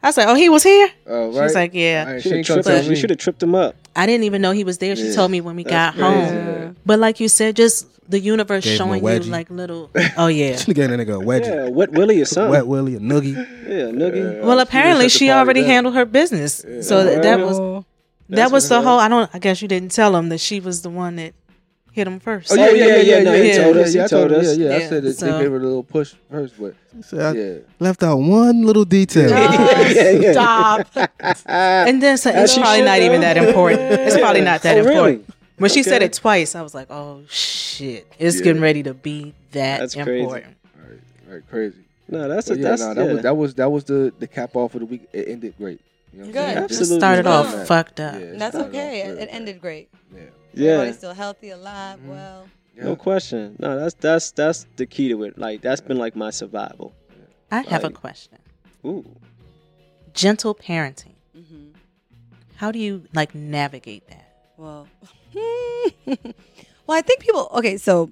I was like oh he was here
Oh, right.
she was like yeah
Alright,
She
she
should
ain't gonna
have
tell
tripped,
me.
you should have tripped him up.
I didn't even know he was there she
Yeah.
told me when we got
That's
home
crazy.
Yeah.
but like you said just the universe
Gave him a
showing you
wedgie.
like little oh yeah
She gave that nigga a wedgie,
Yeah, wet Willie or something.
wet willy, a noogie.
Yeah, noogie.
well apparently
shut the
she
party
already
down.
handled her business
Yeah.
so that, that was
Oh.
that
That's
was
what
the
it
whole I don't I guess you didn't tell him that she was the one that hit him first
Oh yeah, yeah, yeah, yeah.
no,
yeah,
he
yeah,
told
yeah,
us,
yeah,
he
I told
told
her,
us.
Yeah, yeah.
Yeah,
I said that
so-
they gave her a little push first, but
She said, I
yeah,
left out one little detail.
Oh,
Yeah, yeah.
stop.
Ah,
and then so
As
it's
she
probably
should,
not even
though.
that important. It's probably not that
Oh, really?
important. When she said
Okay.
it twice, I was like, oh shit, it's
Yeah.
getting ready to be that
That's crazy.
important.
like crazy.
No, that's a,
But yeah,
that's
nah, that
yeah.
was that was that was the the cap off of the week. It ended great. You know what I'm
Good.
saying?
It
It
Absolutely.
started off
Yeah.
fucked up.
Yeah, it
That's
started
okay.
off
It,
good,
it ended great.
Yeah.
yeah.
Everybody's still healthy, alive,
Mhm.
well.
Yeah.
No question. No, that's that's that's the key to it. Like that's been like my survival.
I have a
Like-
question.
Ooh.
Gentle parenting.
Mm-hmm.
How do you like navigate that?
Well, well, I think people. Okay, so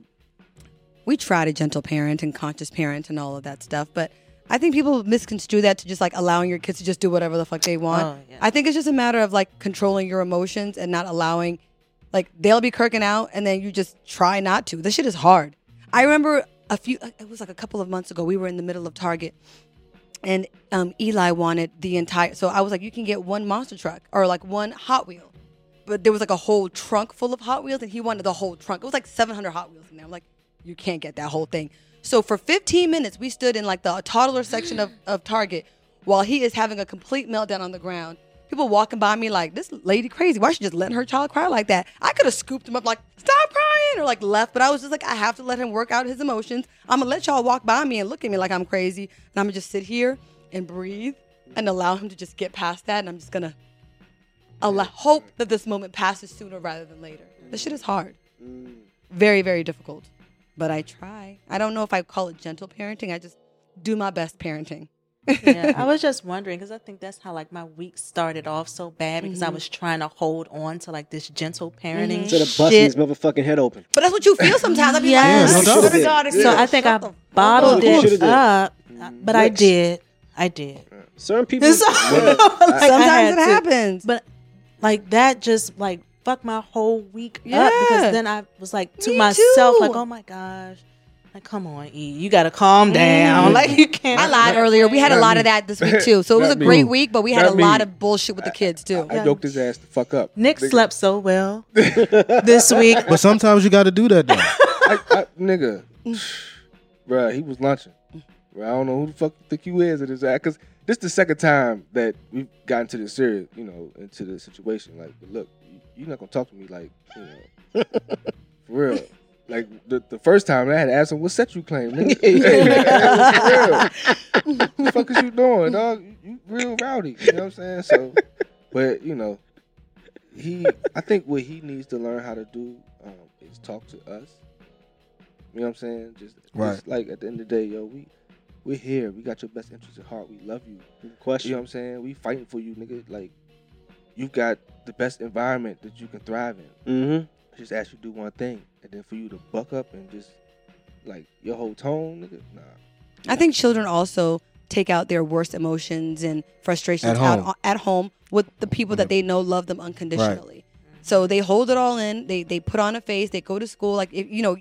we try to gentle parent and conscious parent and all of that stuff, but I think people misconstrue that to just like allowing your kids to just do whatever the fuck they want.
Oh, yeah.
I think it's just a matter of like controlling your emotions and not allowing, like they'll be kirking out and then you just try not to. This shit is hard. I remember a few. uh, It was like a couple of months ago. We were in the middle of Target. And um, Eli wanted the entire, so I was like, you can get one monster truck or like one Hot Wheel but there was like a whole trunk full of Hot Wheels, and he wanted the whole trunk. It was like 700 Hot Wheels in there. I'm like, you can't get that whole thing. So for 15 minutes, we stood in like the toddler section of, of Target while he is having a complete meltdown on the ground. People walking by me like, this lady crazy. Why is she just letting her child cry like that? I could have scooped him up like, stop crying, or like left. But I was just like, I have to let him work out his emotions. I'm gonna let y'all walk by me and look at me like I'm crazy, and I'm gonna just sit here and breathe and allow him to just get past that. And I'm just gonna allow, hope that this moment passes sooner rather than later. This shit is hard. Very, very difficult. But I try. I don't know if I call it gentle parenting. I just do my best parenting.
yeah, I was just wondering because I think that's how like my week started off so bad because I was trying to hold on to like this gentle parenting
Instead of busting
shit.
his motherfucking head open.
But that's what you feel sometimes. I'd be
Yes.
Yeah, no
like, I swear to
doubt.
God, if you
So
don't
I think I
shut the fuck
bottled
You
it
should've did.
up, but I
Next.
did. I did.
Certain people
So-
Yeah.
like, I had
Sometimes it
to.
happens.
But like that just like fucked my whole week up
Yeah.
because then I was like to
Me
myself
too.
like, oh my gosh, Like, come on, E, you gotta calm down.
Mm.
Like, you can't.
I lied earlier. We had a
Not
lot
me.
of that this week too. So it was a
Not me.
great week, but we had
Not
a lot
me.
of bullshit with the kids too.
I yoked his ass the fuck up.
Nick
Nigga,
slept so well this week.
But sometimes you got to do that. Though.
I, I, nigga, bruh, he was lunching. Bruh, I don't know who the fuck you think you is at this because this the second time that we've gotten into this serious, you know, into the situation. Like, but look, you- you're not gonna talk to me like, you know, for real. Like the, the first time I had to ask him, "What set you claim, nigga?" For real. What the fuck is you doing, dog? You real rowdy. You know what I'm saying? So, but you know, he. I think what he needs to learn how to do um, is talk to us. You know what I'm saying? Just, just
Right.
like at the end of the day, yo, we we're here. We got your best interest at heart. We love you. You know
Question.
what I'm saying? We fighting for you, nigga. Like you've got the best environment that you can thrive in
Mm-hmm.
just ask you to do one thing, and then for you to buck up and just like your whole tone, nigga. Nah,
I think children also take out their worst emotions and frustrations
At
out
home.
o- at home with the people that they know love them unconditionally. So they hold it all in. They they put on a face. They go to school. Like if, you know,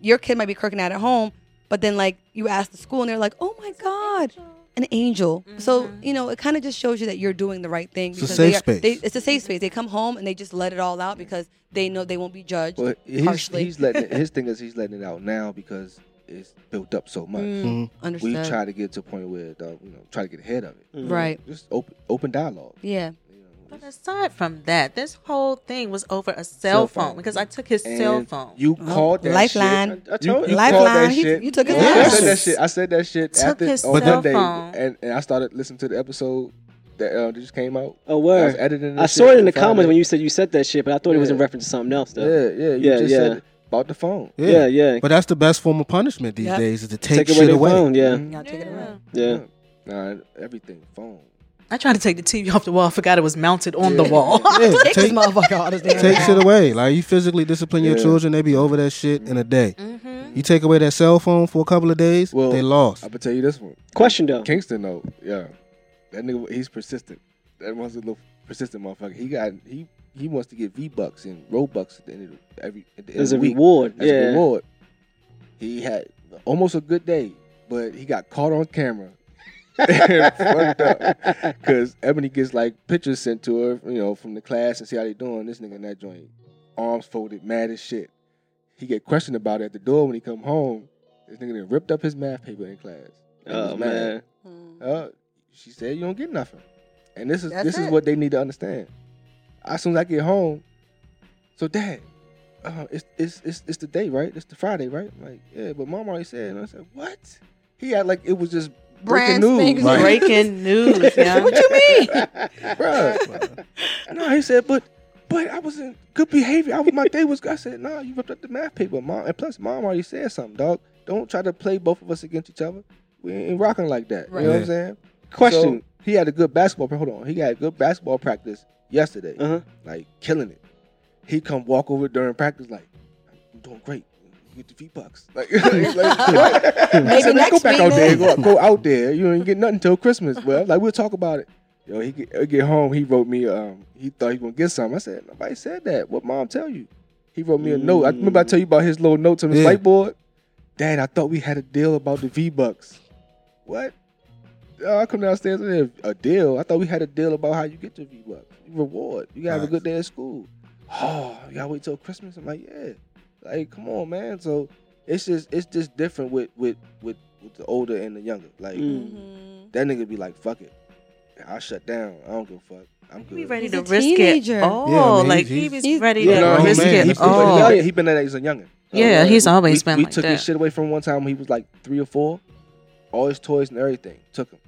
your kid might be kirking out at home, but then like you ask the school and they're like, oh my god. An angel. Mm-hmm. So, you know, it kind of just shows you that you're doing the right thing.
It's a
they
safe
are-
space.
They, it's a safe space. They come home and they just let it all out because they know they won't be judged.
but he's,
Harshly.
he's letting it, his thing is he's letting it out now because it's built up so much.
Mm,
We
understand.
try to get to a point where dog, you know, try to get ahead of it.
Mm-hmm.
Right.
Just open open dialogue.
Yeah.
You know,
But aside from that, this whole thing was over a
Cell
cell, phone,
phone.
because I took his
And
cell phone.
You
Oh,
called that
lifeline.
Shit. I, I told you, you called
Lifeline.
that
He-
shit.
you took his
I
Yes.
said that shit. I said that shit
Took
after
his
on
cell
Monday,
phone.
and, and I started listening to the episode that uh, that just came out.
Oh,
I was
word.
editing.
I
this
saw
shit
it in
on
the comments
Friday.
when you said you said that shit, but I thought it was in
Yeah.
reference to something else, though.
Yeah, yeah, you
Yeah,
just
yeah.
said it about the phone.
Yeah.
Yeah, yeah.
But that's the best form of punishment these
Yep.
days is to
Take,
take,
away
shit
their
away.
phone. Yeah.
Mhm.
Now take it away.
Yeah.
Nah, everything phone.
I tried to take the TV off the wall. I forgot it was mounted on the wall.
Yeah,
Take this
take,
motherfucker out of this damn
take
house.
shit away. Like you physically discipline your
Yeah.
children, they be over that shit in a day.
mm-hmm.
You take away that cell phone for a couple of days,
Well,
they lost.
I'm gonna tell you this one.
Question, though.
Kingston though, yeah, that nigga, he's persistent. That one's a little persistent motherfucker. He got he he wants to get V bucks and Robux at the end of the, every at the end
As
of
a
the week
reward.
as
yeah.
a reward. He had almost a good day, but he got caught on camera. Fucked up. Cause Ebony gets like pictures sent to her, you know, from the class and see how they doing. This nigga in that joint, arms folded, mad as shit. He get questioned about it at the door when he come home. This nigga done ripped up his math paper in class. He was
Oh,
mad.
man.
Mm-hmm.
Uh, she said you don't get nothing, and this is
That's
this is
it.
what they need to understand. As soon as I get home, so dad, uh, it's, it's it's it's the day, right? It's the Friday, right? I'm like yeah, but mom already said, and I said what? He act like it was just breaking
Brand
news,
spanking
Right.
Breaking news, yeah.
What you mean?
Bruh. no, he said, but but I was in good behavior. I was my day was. good." I said, no, you ripped up the math paper, mom. And plus, mom already said something, dog. Don't try to play both of us against each other. We ain't rocking like that.
Right.
You know what
Yeah.
I'm saying?
Question.
So, he had a good basketball. pra- Hold on, he had a good basketball practice yesterday,
uh
Uh-huh.
huh.
like killing it. He come walk over during practice, like I'm doing great. Get the V bucks. Like, like, what? I said, let's
next
go back
week,
out there. Go,
man."
go out there. You ain't get nothing till Christmas. Well, like we'll talk about it. Yo, he get, he get home. He wrote me. Um, he thought he gonna get something. I said nobody said that. What mom tell you? He wrote me a note. I remember I tell you about his little notes on his
Yeah.
whiteboard. Dad, I thought we had a deal about the V bucks. What? Oh, I come downstairs and have a deal. I thought we had a deal about how you get your V bucks. Reward. You gotta have a
Right.
good day at school. Oh, you gotta wait till Christmas. I'm like, yeah. Like, come on, man. So it's just it's just different with with with, with the older and the younger. Like
Mm.
Mm-hmm.
that nigga be like, fuck it. I shut down. I don't give a fuck. I'm good.
He ready
He's
to
a
risk
teenager.
it all.
Yeah, I mean,
like
he's-
he was
he's-
ready
You
to
know what I mean?
risk
man,
it
he's-
all.
He's been, he been that as a youngin.
Yeah,
like,
he's
we- we,
always been
We
like
took
that.
his shit away from one time when he was like three or four. All his toys and everything. Took him.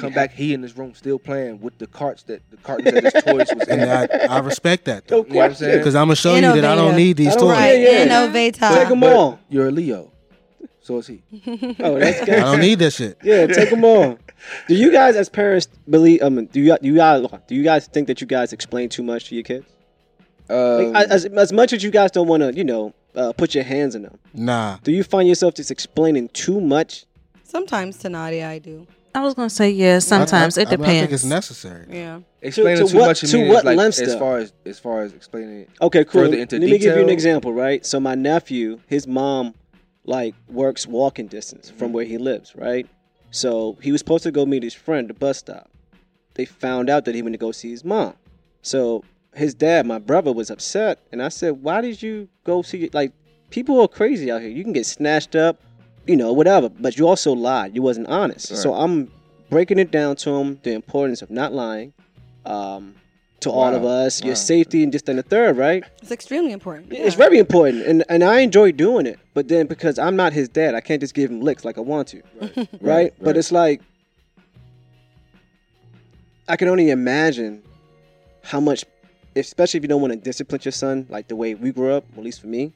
Come
Yeah.
back, he in his room still playing with the carts that the cartons that his toys was in.
and I, I respect that
No
though.
You know what I'm
question.
saying?
Because I'm gonna show you that I don't
Innovative.
need these
I
toys.
don't-
Oh, Right.
Yeah, yeah. Take
Innovator.
them
But
all.
You're a Leo. So is he.
Oh, that's
I
good.
don't need that shit.
Yeah, take them all. Do you guys, as parents, believe? Um, do you do you guys do you guys think that you guys explain too much to your kids? Like,
Um,
as as much as you guys don't want to, you know, uh, put your hands in them.
Nah.
Do you find yourself just explaining too much?
Sometimes to Nadia, I do.
I was gonna say yeah. Sometimes
I- I-
it
I mean,
depends.
I think it's necessary.
Yeah.
explaining
to
too
what-
much
to
me
what
like,
lengths,
as
though?
far as as far as explaining it.
Okay, cool.
Further into
Let me give you
detail?
an example, right? So my nephew, his mom like works walking distance
Mm-hmm.
from where he lives, right? So he was supposed to go meet his friend at the bus stop. They found out that he went to go see his mom. So his dad, my brother, was upset, and I said, "Why did you go see? your-" Like people are crazy out here. You can get snatched up, you know, whatever. But you also lied. You wasn't honest. So I'm breaking it down to him the importance of not lying." Um, to all of
Wow.
us,
Wow.
your safety and just then the third, right?
It's extremely important.
It's very important, and and I enjoy doing it. But then because I'm not his dad, I can't just give him licks like I want to,
Right.
right? But it's like I can only imagine how much, especially if you don't want to discipline your son like the way we grew up, at least for me,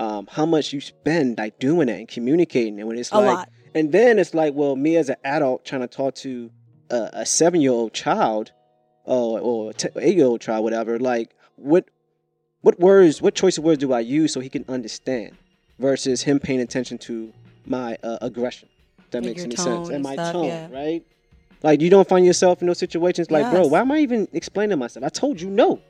um, how much you spend like doing that and communicating, and when it's
A
like,
lot.
and then it's like, well, me as an adult trying to talk to a, a seven year old child, or or eight year old child, whatever, like what what words, what choice of words do I use so he can understand versus him paying attention to my uh, aggression? If that
And
makes
your
any
tone
sense. And
and
my
stuff,
tone,
yeah.
right? Like you don't find yourself in those situations like, bro,
Yes.
why am I even explaining myself? I told you no.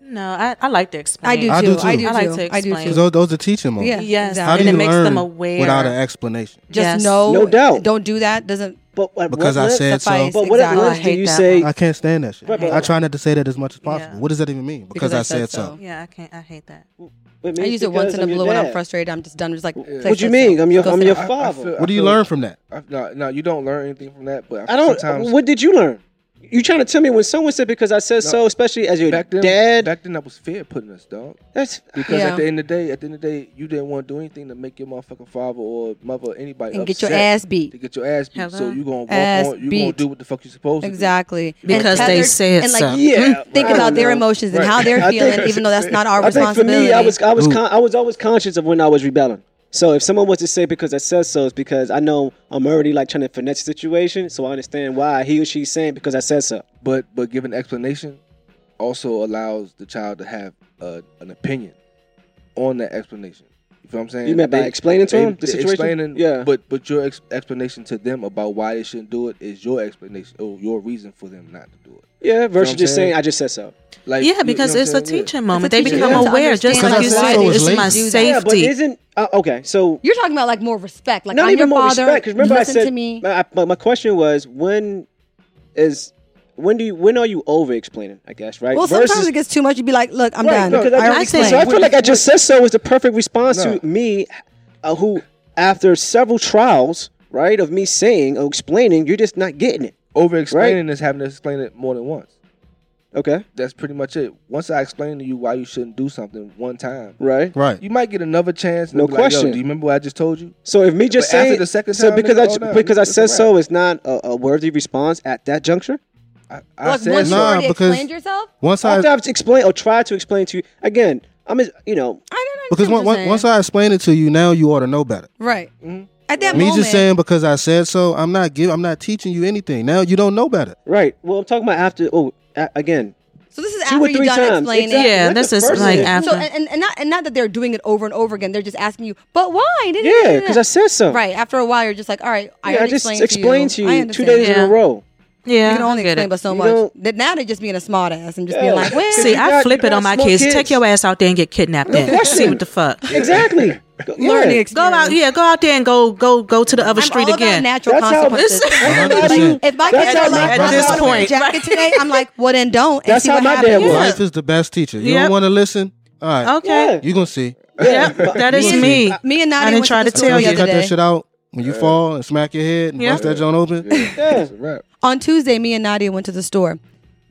No, I, I like to explain.
I do too.
I
I
do
do
too.
too. I do
I like to
too.
explain.
Because those, those are teaching moments.
Yeah,
Yes,
exactly.
How do
and
you
it makes
learn
them aware
without an explanation?
Just
Yes.
know.
No doubt.
Don't do that. Doesn't.
But at
Because
what
I
length-
said so.
suffice.
But what
Exactly.
at
I
length do
hate
you
that
say?
one.
I can't stand that shit.
Right, but-
I try not to say that as much as possible.
Yeah.
What does that even mean? Because, I, said, so.
Yeah, I can't. I hate that.
What
I
means
use it
because
once in a
your
blue when I'm
dad?
frustrated. I'm just done. Just like.
What
"Say
do you
so."
mean? I'm your-
Go
I'm
sit
your
down.
I- I
father.
feel- I
What do you
feel-
learn from that?
I, no, no, you don't learn anything from that. But
I don't.
Sometimes,
What did you learn? You trying to tell me when someone said because I said
No.
so, especially as your
back then,
dad?
back then that was fear putting us, dog.
that's
Because
Yeah.
at the end of the day, at the end of the day, you didn't want to do anything to make your motherfucking father or mother or anybody
And get
upset
your ass
to
beat.
get your ass beat. So
Hello?
you gonna walk
Ass
on, you gonna
beat.
do what the fuck you supposed to. do.
Exactly. And
Because they
tethered-
said
and like, mm,
so.
yeah.
Think
I
about
don't
their
know.
emotions and
Right.
how
I
they're
think-
feeling, even though that's not our
I think for
responsibility.
me, I was I was
Ooh.
con- I was always conscious of when I was rebelling. So if someone was to say because I said so, it's because I know I'm already like trying to finesse the situation, so I understand why he or she's saying because I said so.
But but giving explanation also allows the child to have uh, an opinion on that explanation. You feel what I'm saying?
You meant by
They-
explaining to
they-
him the
they
situation.
Explaining,
yeah.
But but your ex- explanation to them about why they shouldn't do it is your explanation or your reason for them not to do it.
yeah,
what
versus
I'm
just
saying?
saying I just said so.
Like you- you
yeah,
know
because
what I'm
it's a
saying? Yeah.
teaching moment.
It's a
They
teaching
become
moment to
aware, just
understand
like you
why
said.
they
This is
do
my
that.
Yeah, but
safety.
isn't uh, okay? So
You're talking about like more respect. Like
not
I'm
even
your
more
father.
respect. Because remember, I
listen
said
to me.
My, my, my question was when is when do you when are you over explaining? I guess right.
Well,
versus,
sometimes it gets too much. You'd be like, "Look, I'm
right,
done."
because
I
I, just,
already
explained.
so I
explained.
feel like I just said so is the perfect response
No.
to me, uh, who after several trials, right, of me saying or explaining, you're just not getting it.
Over explaining is having to explain it more than once.
Okay,
That's pretty much it. Once I explain to you why you shouldn't do something one time,
right.
Right.
you might get another chance. and
No
they'll be like, Yo,
question.
do you remember what I just told you?
So if me just
But after
saying
the second
so
time,
because
nigga,
I
oh, no,
because I
it's a
said
wrap.
so is not a, a worthy response at that juncture.
I, I
Like
said
once you
so.
Nah,
already
because-
explained yourself,
Once I
After I've explained or tried to explain to you again, I'm as- you know
I don't know.
because one, one, once I explain it to you, now you ought to know better.
right
Mm-hmm.
at that
Me
moment,
just saying because I said so, I'm not giving, I'm not teaching you anything. Now you don't know better.
right. Well, I'm talking about after. Oh, a- again,
So this is
two
after
or
you
three
done
times.
explaining.
Exactly.
Yeah,
Let
this
the
is
person-
like after-
So and, and, and not and not that they're doing it over and over again. They're just asking you, but why? Da- da- da-
Yeah,
da-
because I said so.
right after a while, you're just like, all right, I
Yeah, I,
already
just
explained,
explained to you,
I
two
understand.
days in a
Yeah.
row.
yeah,
You can only
I get
explain
it.
but so
You
much.
don't-
That now they're just being a smart ass and just
Yeah.
being like, well,
See,
You
I
got-
flip
you
it
got
on my
small
kids.
kids.
Take your ass out there and get kidnapped. Then
question.
see what the fuck.
Exactly. Go- yeah.
learning
Go
experience.
out, yeah. Go out there and go, go, go to the other
I'm
street
all
again.
About natural
That's how-
consequences.
It's-
if my
That's
kids
how
are
my-
like,
at
"Well,
this
I wanna wear a
point,
jacket today, I'm like, well, then don't. And
That's
see
how
what
my dad
happens.
was.
Life is the best teacher. You
Yep.
don't want to listen. All right,
Oh.
okay.
you gonna see.
Yep, that is
Yeah.
me.
Me and Nadia
I didn't
went
try
to,
to
the school
tell
Once
the
you
you
other
cut that
day.
shit out when you fall and smack your head and
Yeah.
bust that joint open.
Yeah, it's a wrap.
on Tuesday, me and Nadia went to the store,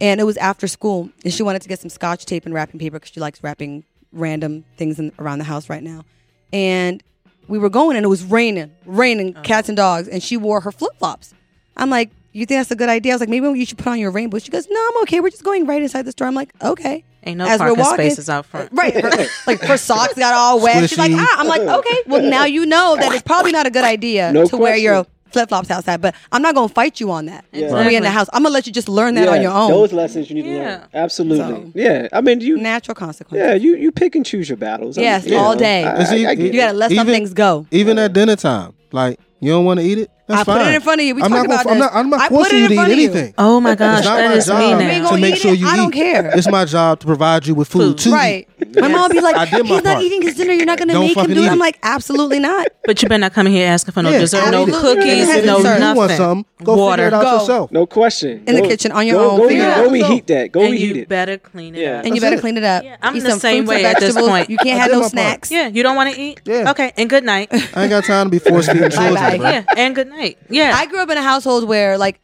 and it was after school, and she wanted to get some scotch tape and wrapping paper because she likes wrapping random things in, around the house right now. And we were going, and it was raining,
Oh.
raining, cats and dogs, and she wore her flip flops. I'm like, you think that's a good idea? I was like, maybe you should put on your rainbow. She goes, no, I'm okay. We're just going right inside the store. I'm like, okay.
Ain't no parking spaces out front.
Right. her- like her socks got all wet. She's like,
Squishy.
ah, I'm like, okay. Well, now you know that it's probably not a good idea
No
to wear
question.
your flip flops outside. But I'm not gonna fight you on that.
Yeah.
When we in
Exactly.
the house, I'm gonna let you just learn that
Yeah,
on your own.
Those lessons you need to
Yeah.
learn. Absolutely.
So-
Yeah. I mean, you.
Natural consequences.
Yeah, you you pick and choose your battles. I
Yes,
mean, you
all
know,
day.
I-
And see,
I- I get
You gotta let some
even-
things go.
Even at dinner time, like You don't want to eat it? That's
I
fine.
put it in front of you. We
I'm
talk
not, gonna-
about this.
I'm not. I'm not
I put
forcing
it
you
in
to eat
front of you.
anything.
Oh my
It's
gosh,
not
that
my
is me
job.
You ain't
now.
gonna
to make
eat
sure
it.
you
I don't
eat.
care.
It's my job to provide you with food,
Food.
too.
Right. My mom would be
I
like,
did my
he's not
part.
eating his dinner. You're not going to
Don't
make him
fucking
do
eat
it. I'm
it.
like, absolutely not.
But you better not come in here asking for no
Yeah,
dessert, no
absolutely.
cookies,
Have
no
dessert.
nothing.
You want something? Go,
Water.
figure it out
Go.
yourself.
No question.
In the
Go-
kitchen, on your
go,
own.
Go,
Figure it
eat-
out
go
yourself.
reheat that. Go
and
reheat
you
it.
better clean it
Yeah.
up.
And you
That's
better
it.
clean it up.
Yeah, I'm
Eat
the
some
same
fruits and
way at this
vegetables.
point.
You can't
I
have
did
no
my part.
snacks.
Yeah, you don't want to eat?
Yeah.
Okay, and good night.
I ain't got time to be force feeding children,
Bye-bye.
bro.
yeah, and good night. Yeah.
I grew up in a household where, like,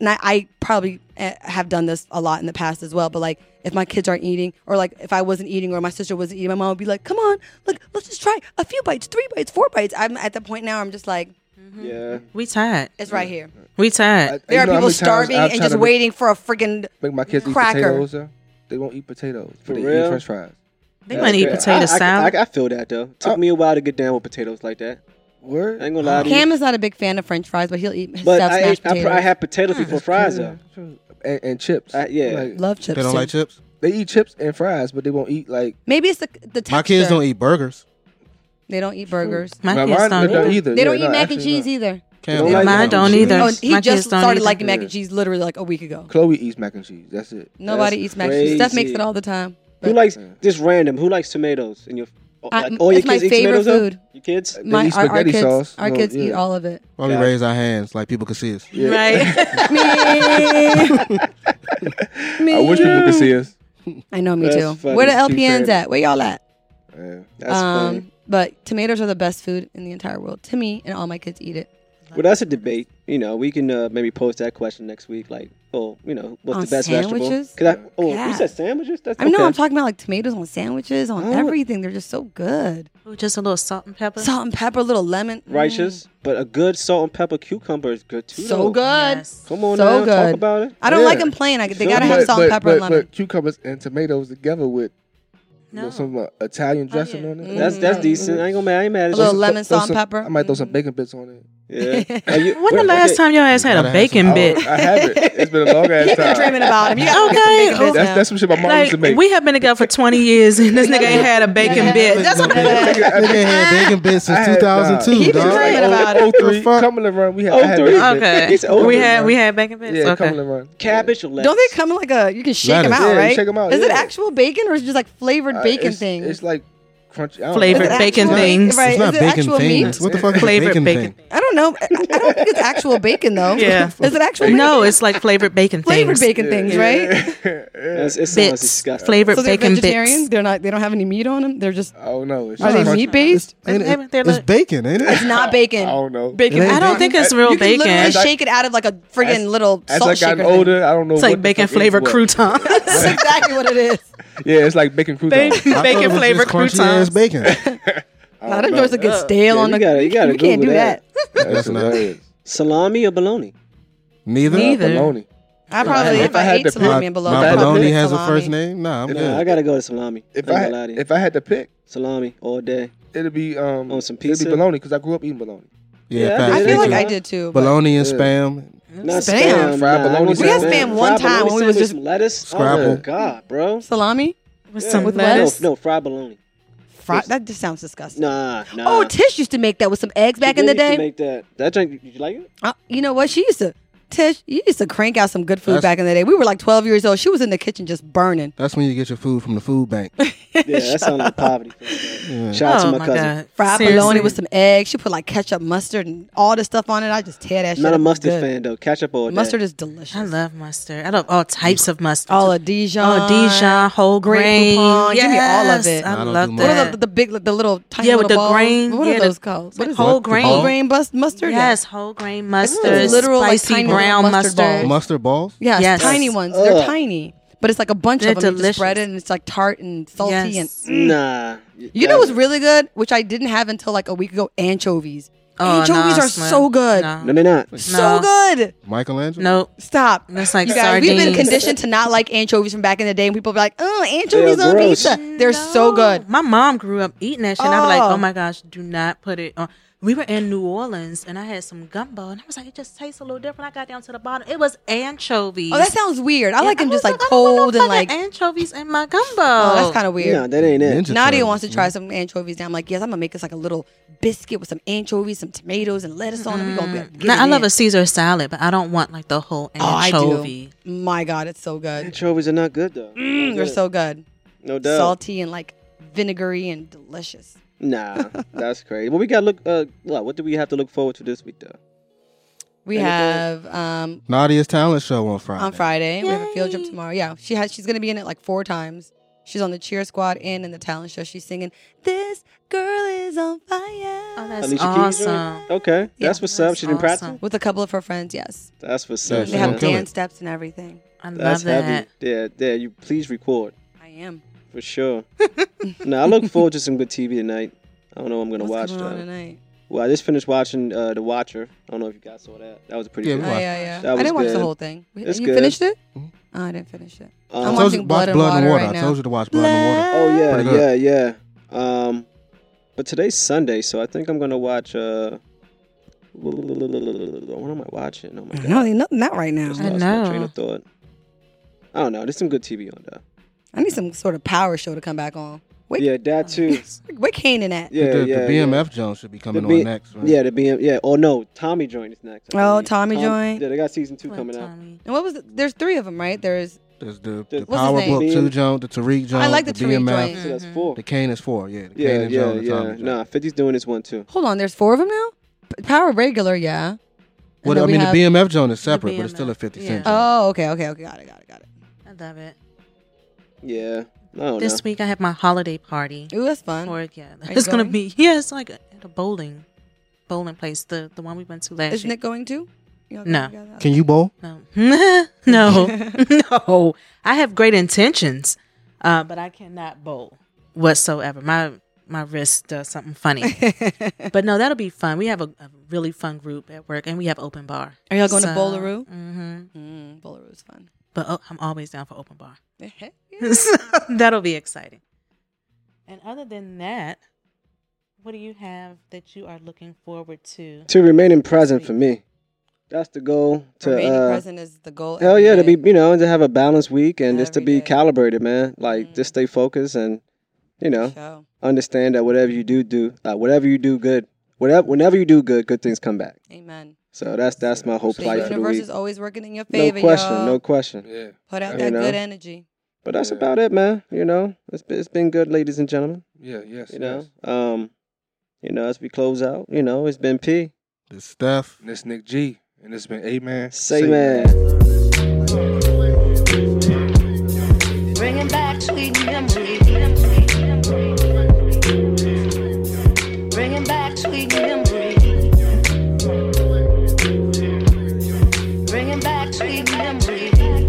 and I, I probably eh, have done this a lot in the past as well. But like, if my kids aren't eating, or like if I wasn't eating, or my sister wasn't eating, my mom would be like, "Come on, look, let's just try a few bites, three bites, four bites." I'm at the point now. I'm just like,
Yeah.
we tired.
it's right here.
We tired.
I- Mm. you know
There are
how
people
many times
starving
I've
and
tried
just
to make-
waiting for a freaking.
Make my kids eat
Cracker.
potatoes. though. They won't eat potatoes,
For
but they
real?
eat French fries.
they might eat
Okay.
potato
I- I-
salad.
I, I, feel that though. Took
Oh.
Uh,
me a while to get down with potatoes like that.
Word.
I ain't gonna lie to you.
Cam is not a big fan of French fries, but he'll eat his
But
stuffed
I, ate-
mashed
I, pr-
potatoes.
I had potatoes before fries
Yeah,
though.
true. and, and chips.
I- yeah.
Like,
Love chips.
They don't
too.
like chips.
they eat chips and fries, but they won't eat like
Maybe it's the the texture.
My kids don't eat burgers.
They don't eat burgers.
My
Well,
kids
mine
don't either.
They don't
Yeah,
eat
no,
mac and
actually
cheese
not.
either.
They don't
eat
like
Mine
mac and
don't
cheese.
either.
Oh,
Yes,
he
my
just
kids don't
started
either.
liking mac
Yeah.
and cheese literally like a week ago.
Chloe eats mac and cheese. That's it.
Nobody
That's
eats mac and cheese. Steph makes
crazy.
it all the time.
Who
But
likes
Yeah.
just random? Who likes tomatoes? And your
I-
like, all your
it's my
kids eat
favorite
tomatoes. though?
food.
Your kids.
They eat
our, our
spaghetti
kids,
sauce,
our
so,
kids eat
yeah.
all of it.
While we
Yeah.
raise our hands like people can see us.
Yeah.
Right.
I wish people could see us.
I know, me
That's
too.
funny.
Where the
She
LPNs
said-
at? Where y'all at?
Yeah.
That's
Um,
funny.
But tomatoes are the best food in the entire world to me, and all my kids eat it.
Well, that's a debate. You know, we can uh, maybe post that question next week. Like, oh, you know, what's
On
the best vegetable?
sandwiches?
'Cause I, oh,
Yeah.
you said sandwiches. That's
I know
okay.
I'm talking about like tomatoes on sandwiches, on
Oh.
everything. They're just so good.
Ooh, Just a little salt and pepper.
Salt and pepper, little lemon. Mm.
righteous, but a good salt and pepper cucumber is good too.
So
though.
good.
Yes.
Come on,
So
now,
good.
talk about it.
I don't
Yeah.
like them plain. I, they
Sure.
gotta have
But-
salt
but,
and pepper
but,
and lemon.
But cucumbers and tomatoes together with you know,
No. Oh,
some uh, Italian dressing
yeah. Mm-hmm.
on it.
That's that's
Mm.
decent. I ain't gonna. I ain't mad at
A
you.
little lemon,
Throw
salt, and
some-
pepper.
I might throw some bacon bits on it.
Yeah. Are you-
When the
okay,
last time your ass had
Gotta
a
have
bacon
some-
I,
bit?
I have it. It's been a long ass
You've been
time.
dreaming about him. You gotta
Okay.
get some bacon bits
That's
now.
that's some shit my mom used to
Like
make.
we have been together for 20 years and this nigga ain't had a bacon bit. That's what
Nigga had bacon bits since
I had, nah,
2002,
He been
dog.
dreaming about it.
Oh three,
The fuck?
Cumberland Run. We had, I
Oh,
had
three.
bacon bits.
Okay.
It's over
we
now.
had we had bacon bits.
Yeah,
okay.
Cumberland Run.
cabbage or lettuce?
Don't they come in like a? You can shake them
Lettuce.
out,
Yeah, you
right?
shake 'em out,
Is it
yeah.
actual bacon or is it just like flavored
Uh,
bacon
it's-
thing?
It's like crunchy. I don't
Flavored
know.
Is it
bacon
actual
things.
bacon? Right.
It's not
is it
bacon
actual
things.
meat?
What the fuck is a
Flavored
bacon
bacon.
thing?
I don't know. I, I don't think it's actual bacon though.
Yeah.
Is it actual?
No,
bacon?
it's like flavored bacon
flavored
things.
bacon things, right?
That's- it sounds
Bits.
disgusting.
Flavored
So they're
bacon
vegetarian.
bits.
They're not. They don't have any meat on them. They're just.
I don't know. It's
Are
just
they
crunchy.
meat based?
Ain't
They're-
it-
they're
It's
like-
bacon, ain't
It's
it?
not
I
bacon.
don't know.
Bacon.
It ain't
I don't think it's real
you can literally
bacon.
As I-
shake it out of like a friggin'
as-
little
As
salt
I got
shaker. thing.
older, I don't know.
It's
what
like
the
bacon
fuck is
flavored
what.
croutons.
That's exactly what it is.
Yeah, it's like bacon croutons.
I thought it was
bacon
just
flavored
crunchy ass
croutons.
bacon.
Now them doors get stale
Yeah,
on
you
the.
gotta- you gotta
can't
Google
do that.
that.
That's
not-
hilarious.
salami or bologna?
Neither.
Neither.
Bologna.
I probably
If
if
I
I
had
ate
to pick-
salami and bologna.
My
I'd probably
bologna
pick
has a
salami.
first name. Nah, I'm
Nah, I
good.
gotta go to salami.
If
I,
I
ain't gonna lie
had,
to you.
if I had to pick,
salami all day.
it'd be um
On some
It'd
pizza?
be bologna because I grew up eating bologna.
Yeah,
Yeah, I
facts.
I
Yeah,
feel
Me
like
too.
I did too. but-
bologna and
Yeah.
spam.
Not spam.
Spam.
Fried
nah, I ain't
bologna
gonna
We had
say
spam
that.
one
Fried
time
bologna
when we
sandwich,
was just-
some lettuce. Oh
Scrapple.
my god, bro.
Salami,
With
Yeah.
some
With
lettuce.
No, no, fried bologna.
fried. That just sounds disgusting.
Nah, nah.
Oh, Tish used to make that with some eggs back in the
Did you
day.
Make that. That drink. Did you like it?
Uh, you know what? She used to. Tish, you used to crank out some good food
That's-
back in the day. We were like 12 years old. She was in the kitchen just burning.
That's when you get your food from the food bank.
Yeah, that sounded like poverty. Shout out
Oh
to my,
my
cousin.
god.
Fried
Seriously.
bologna with some eggs. She put like ketchup, mustard, and all this stuff on it. I just tear that shit.
Not
up.
a
It's
mustard
good.
fan though. Ketchup all day.
Mustard is
I
delicious.
love mustard. I love all types of mustard.
All of Dijon.
Oh, Dijon, whole
Great
grain.
Poupon. Give me all
Yes,
of it.
I,
I don't
love
do
What are
that.
the, the big, the little tiny
yeah, with the
little balls?
grain.
What
yeah,
are
the-
those called? What
the
is
What?
whole
The
grain.
ball?
whole grain bus mustard?
Yes, whole grain mustard.
It's literal, like,
spicy
tiny little
brown
mustard
mustard.
balls.
Mustard balls.
Yes,
Yes.
tiny
Yes.
ones.
Ugh.
They're tiny, but it's like a bunch
They're
of them. You just spread
delicious.
it, and it's like tart and salty.
Yes.
And
Mm. Nah.
mm. you know what's really good, which I didn't have until like a week ago. Anchovies.
Oh,
anchovies
nah,
are
Slim.
so good.
No,
No,
they're not.
So
No.
good.
Michelangelo.
nope.
Stop.
That's like
You guys, we've been
sardines.
conditioned to not like anchovies from back in the day, and people be like, "Oh, anchovies
They're
on
gross.
pizza. They're so
No.
good."
My mom grew up eating that shit. and I'm like,
Oh.
oh my gosh, do not put it on. we were in New Orleans and I had some gumbo and I was like, it just tastes a little different. I got down to the bottom. It was anchovies.
Oh, that sounds weird. I
And
like them just
was
like
I don't want no
cold and
fucking
like.
anchovies in my gumbo.
oh, that's kind of weird.
No, mm-hmm. that ain't it.
Ninja
Nadia
turtles,
wants to
man.
try some anchovies. Now I'm like, yes, I'm gonna make us like a little biscuit with some anchovies, some tomatoes, and lettuce on it. We gonna be.
Now, Mm. I love
it.
a Caesar salad, but I don't want like the whole
Oh, I do.
anchovy.
in. My God, it's so good.
Anchovies are not good though.
Mm, they're
Yeah.
so good,
no doubt.
salty and like vinegary and delicious.
Nah, that's crazy. Well, we got to look. Uh, well, what do we have to look forward to this week though?
We
Anything?
have um
Nadia's talent show on Friday.
on Friday. We have a field trip
Yay.
tomorrow. Yeah, she has. She's gonna be in it like four times. She's on the cheer squad and in the talent show. She's singing "This Girl Is on Fire"
Oh, that's
Alicia Keys joint?
awesome.
Okay,
Yeah,
that's what's up.
that's
She didn't
awesome.
practice.
with a couple of her friends. Yes,
That's what's
Yeah,
up.
she's
they have
gonna kill
dance
it.
steps and everything.
I love
That's
that.
heavy. Yeah, yeah. You please record
I am.
for sure. no, I look forward to some good TV tonight. I don't know. What I'm gonna
What's
watch
coming
though.
on tonight?
Well, I just finished watching uh, The Watcher. I don't know if you guys saw that. That was a pretty
Yeah,
good.
we
Oh,
watched
yeah, yeah.
That
I
was
didn't watch the
good.
whole thing.
It's
you
good. Mm-hmm.
finished it?
Mhm.
Oh, I didn't finish it.
Um,
I
I'm
told you
watching
watch
Blood and
Blood and
Water
Water.
right
I
now.
told you to watch Blood and Water.
Oh yeah,
Pretty good.
yeah, yeah. Um, but today's Sunday, so I think I'm gonna watch. Uh, what am I watching? Oh my god!
No, ain't nothing that right now.
Just
I
lost my train
know.
of thought. I don't know. There's some good TV on though.
I need some sort of power show to come back on. Wait,
Yeah, that too.
where Kanan at?
Yeah,
the, the
yeah,
BMF Jones should be coming
B-
on next. Right?
Yeah. yeah, the BM. Yeah. Oh no, Tommy Joint is next. I
Oh,
believe.
Tommy Joint.
Yeah, they got season two coming out.
Tommy.
And what was? The, there's three of them, right? There's.
There's the,
What's
the
his
Power
name?
Book
BM.
Two Jones, the Tariq Jones.
I like the Tariq
BMF.
joint.
So that's
Mhm.
four.
The Kane is four. Yeah, the
yeah,
Kane and
yeah,
Jones. and
yeah.
Tommy Jones.
Nah, 50's doing this one too.
Hold on, there's four of them now. P- Power regular, yeah. And
Well,
then
I
we
mean,
have-
the BMF Jones is separate, but it's still a
BMF,
50
yeah.
Cent. joint.
Oh, okay, okay, okay, got it, got it, got it.
I love it.
Yeah. I don't know.
This week I have my holiday party.
Ooh, that's fun.
Or yeah,
you
it's gonna
going?
be yeah, it's like at a bowling, bowling place. The the one we went to last
Is
year.
Nick going too? Y'all
No.
going together?
Can you bowl?
No, no, no. I have great intentions, uh, but I cannot bowl whatsoever. My my wrist does something funny. but no, that'll be fun. We have a, a really fun group at work, and we have open bar.
Are y'all going to
So,
Bolero?
mhm.
Mm, Bolero's fun.
But oh, I'm always down for open bar.
Yeah.
So that'll be exciting. And other than that, what do you have that you are looking forward to?
to remaining present for me. That's the goal. To
Remaining
uh,
present is the goal.
Hell
every
yeah, to
day.
be you know to have a balanced week and just to
Every
be
day.
calibrated, man. Like just stay focused and you know
Show.
understand that whatever you do, do uh, whatever you do good, whatever whenever you do good, good things come back.
Amen.
So that's that's my whole
The
plight for the
universe
week.
is always working in your
No
favor.
question,
y'all.
no question.
Yeah.
Put out
You
that
know?
good energy.
But that's
Yeah.
about it, man. You know, it's been, it's been good, ladies and gentlemen.
Yeah. Yes.
You know, um, you know, as we close out, you know, it's been P.
This Steph.
And it's Nick G. And it's been Amen.
Say, man.
Bringing back sweet memories. Bringing back sweet memories. Bringing back sweet memories.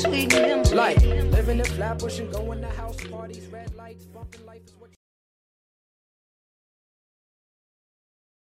Sweet memories.
Like living in Flatbush and going to house parties, red lights, bumping life is what.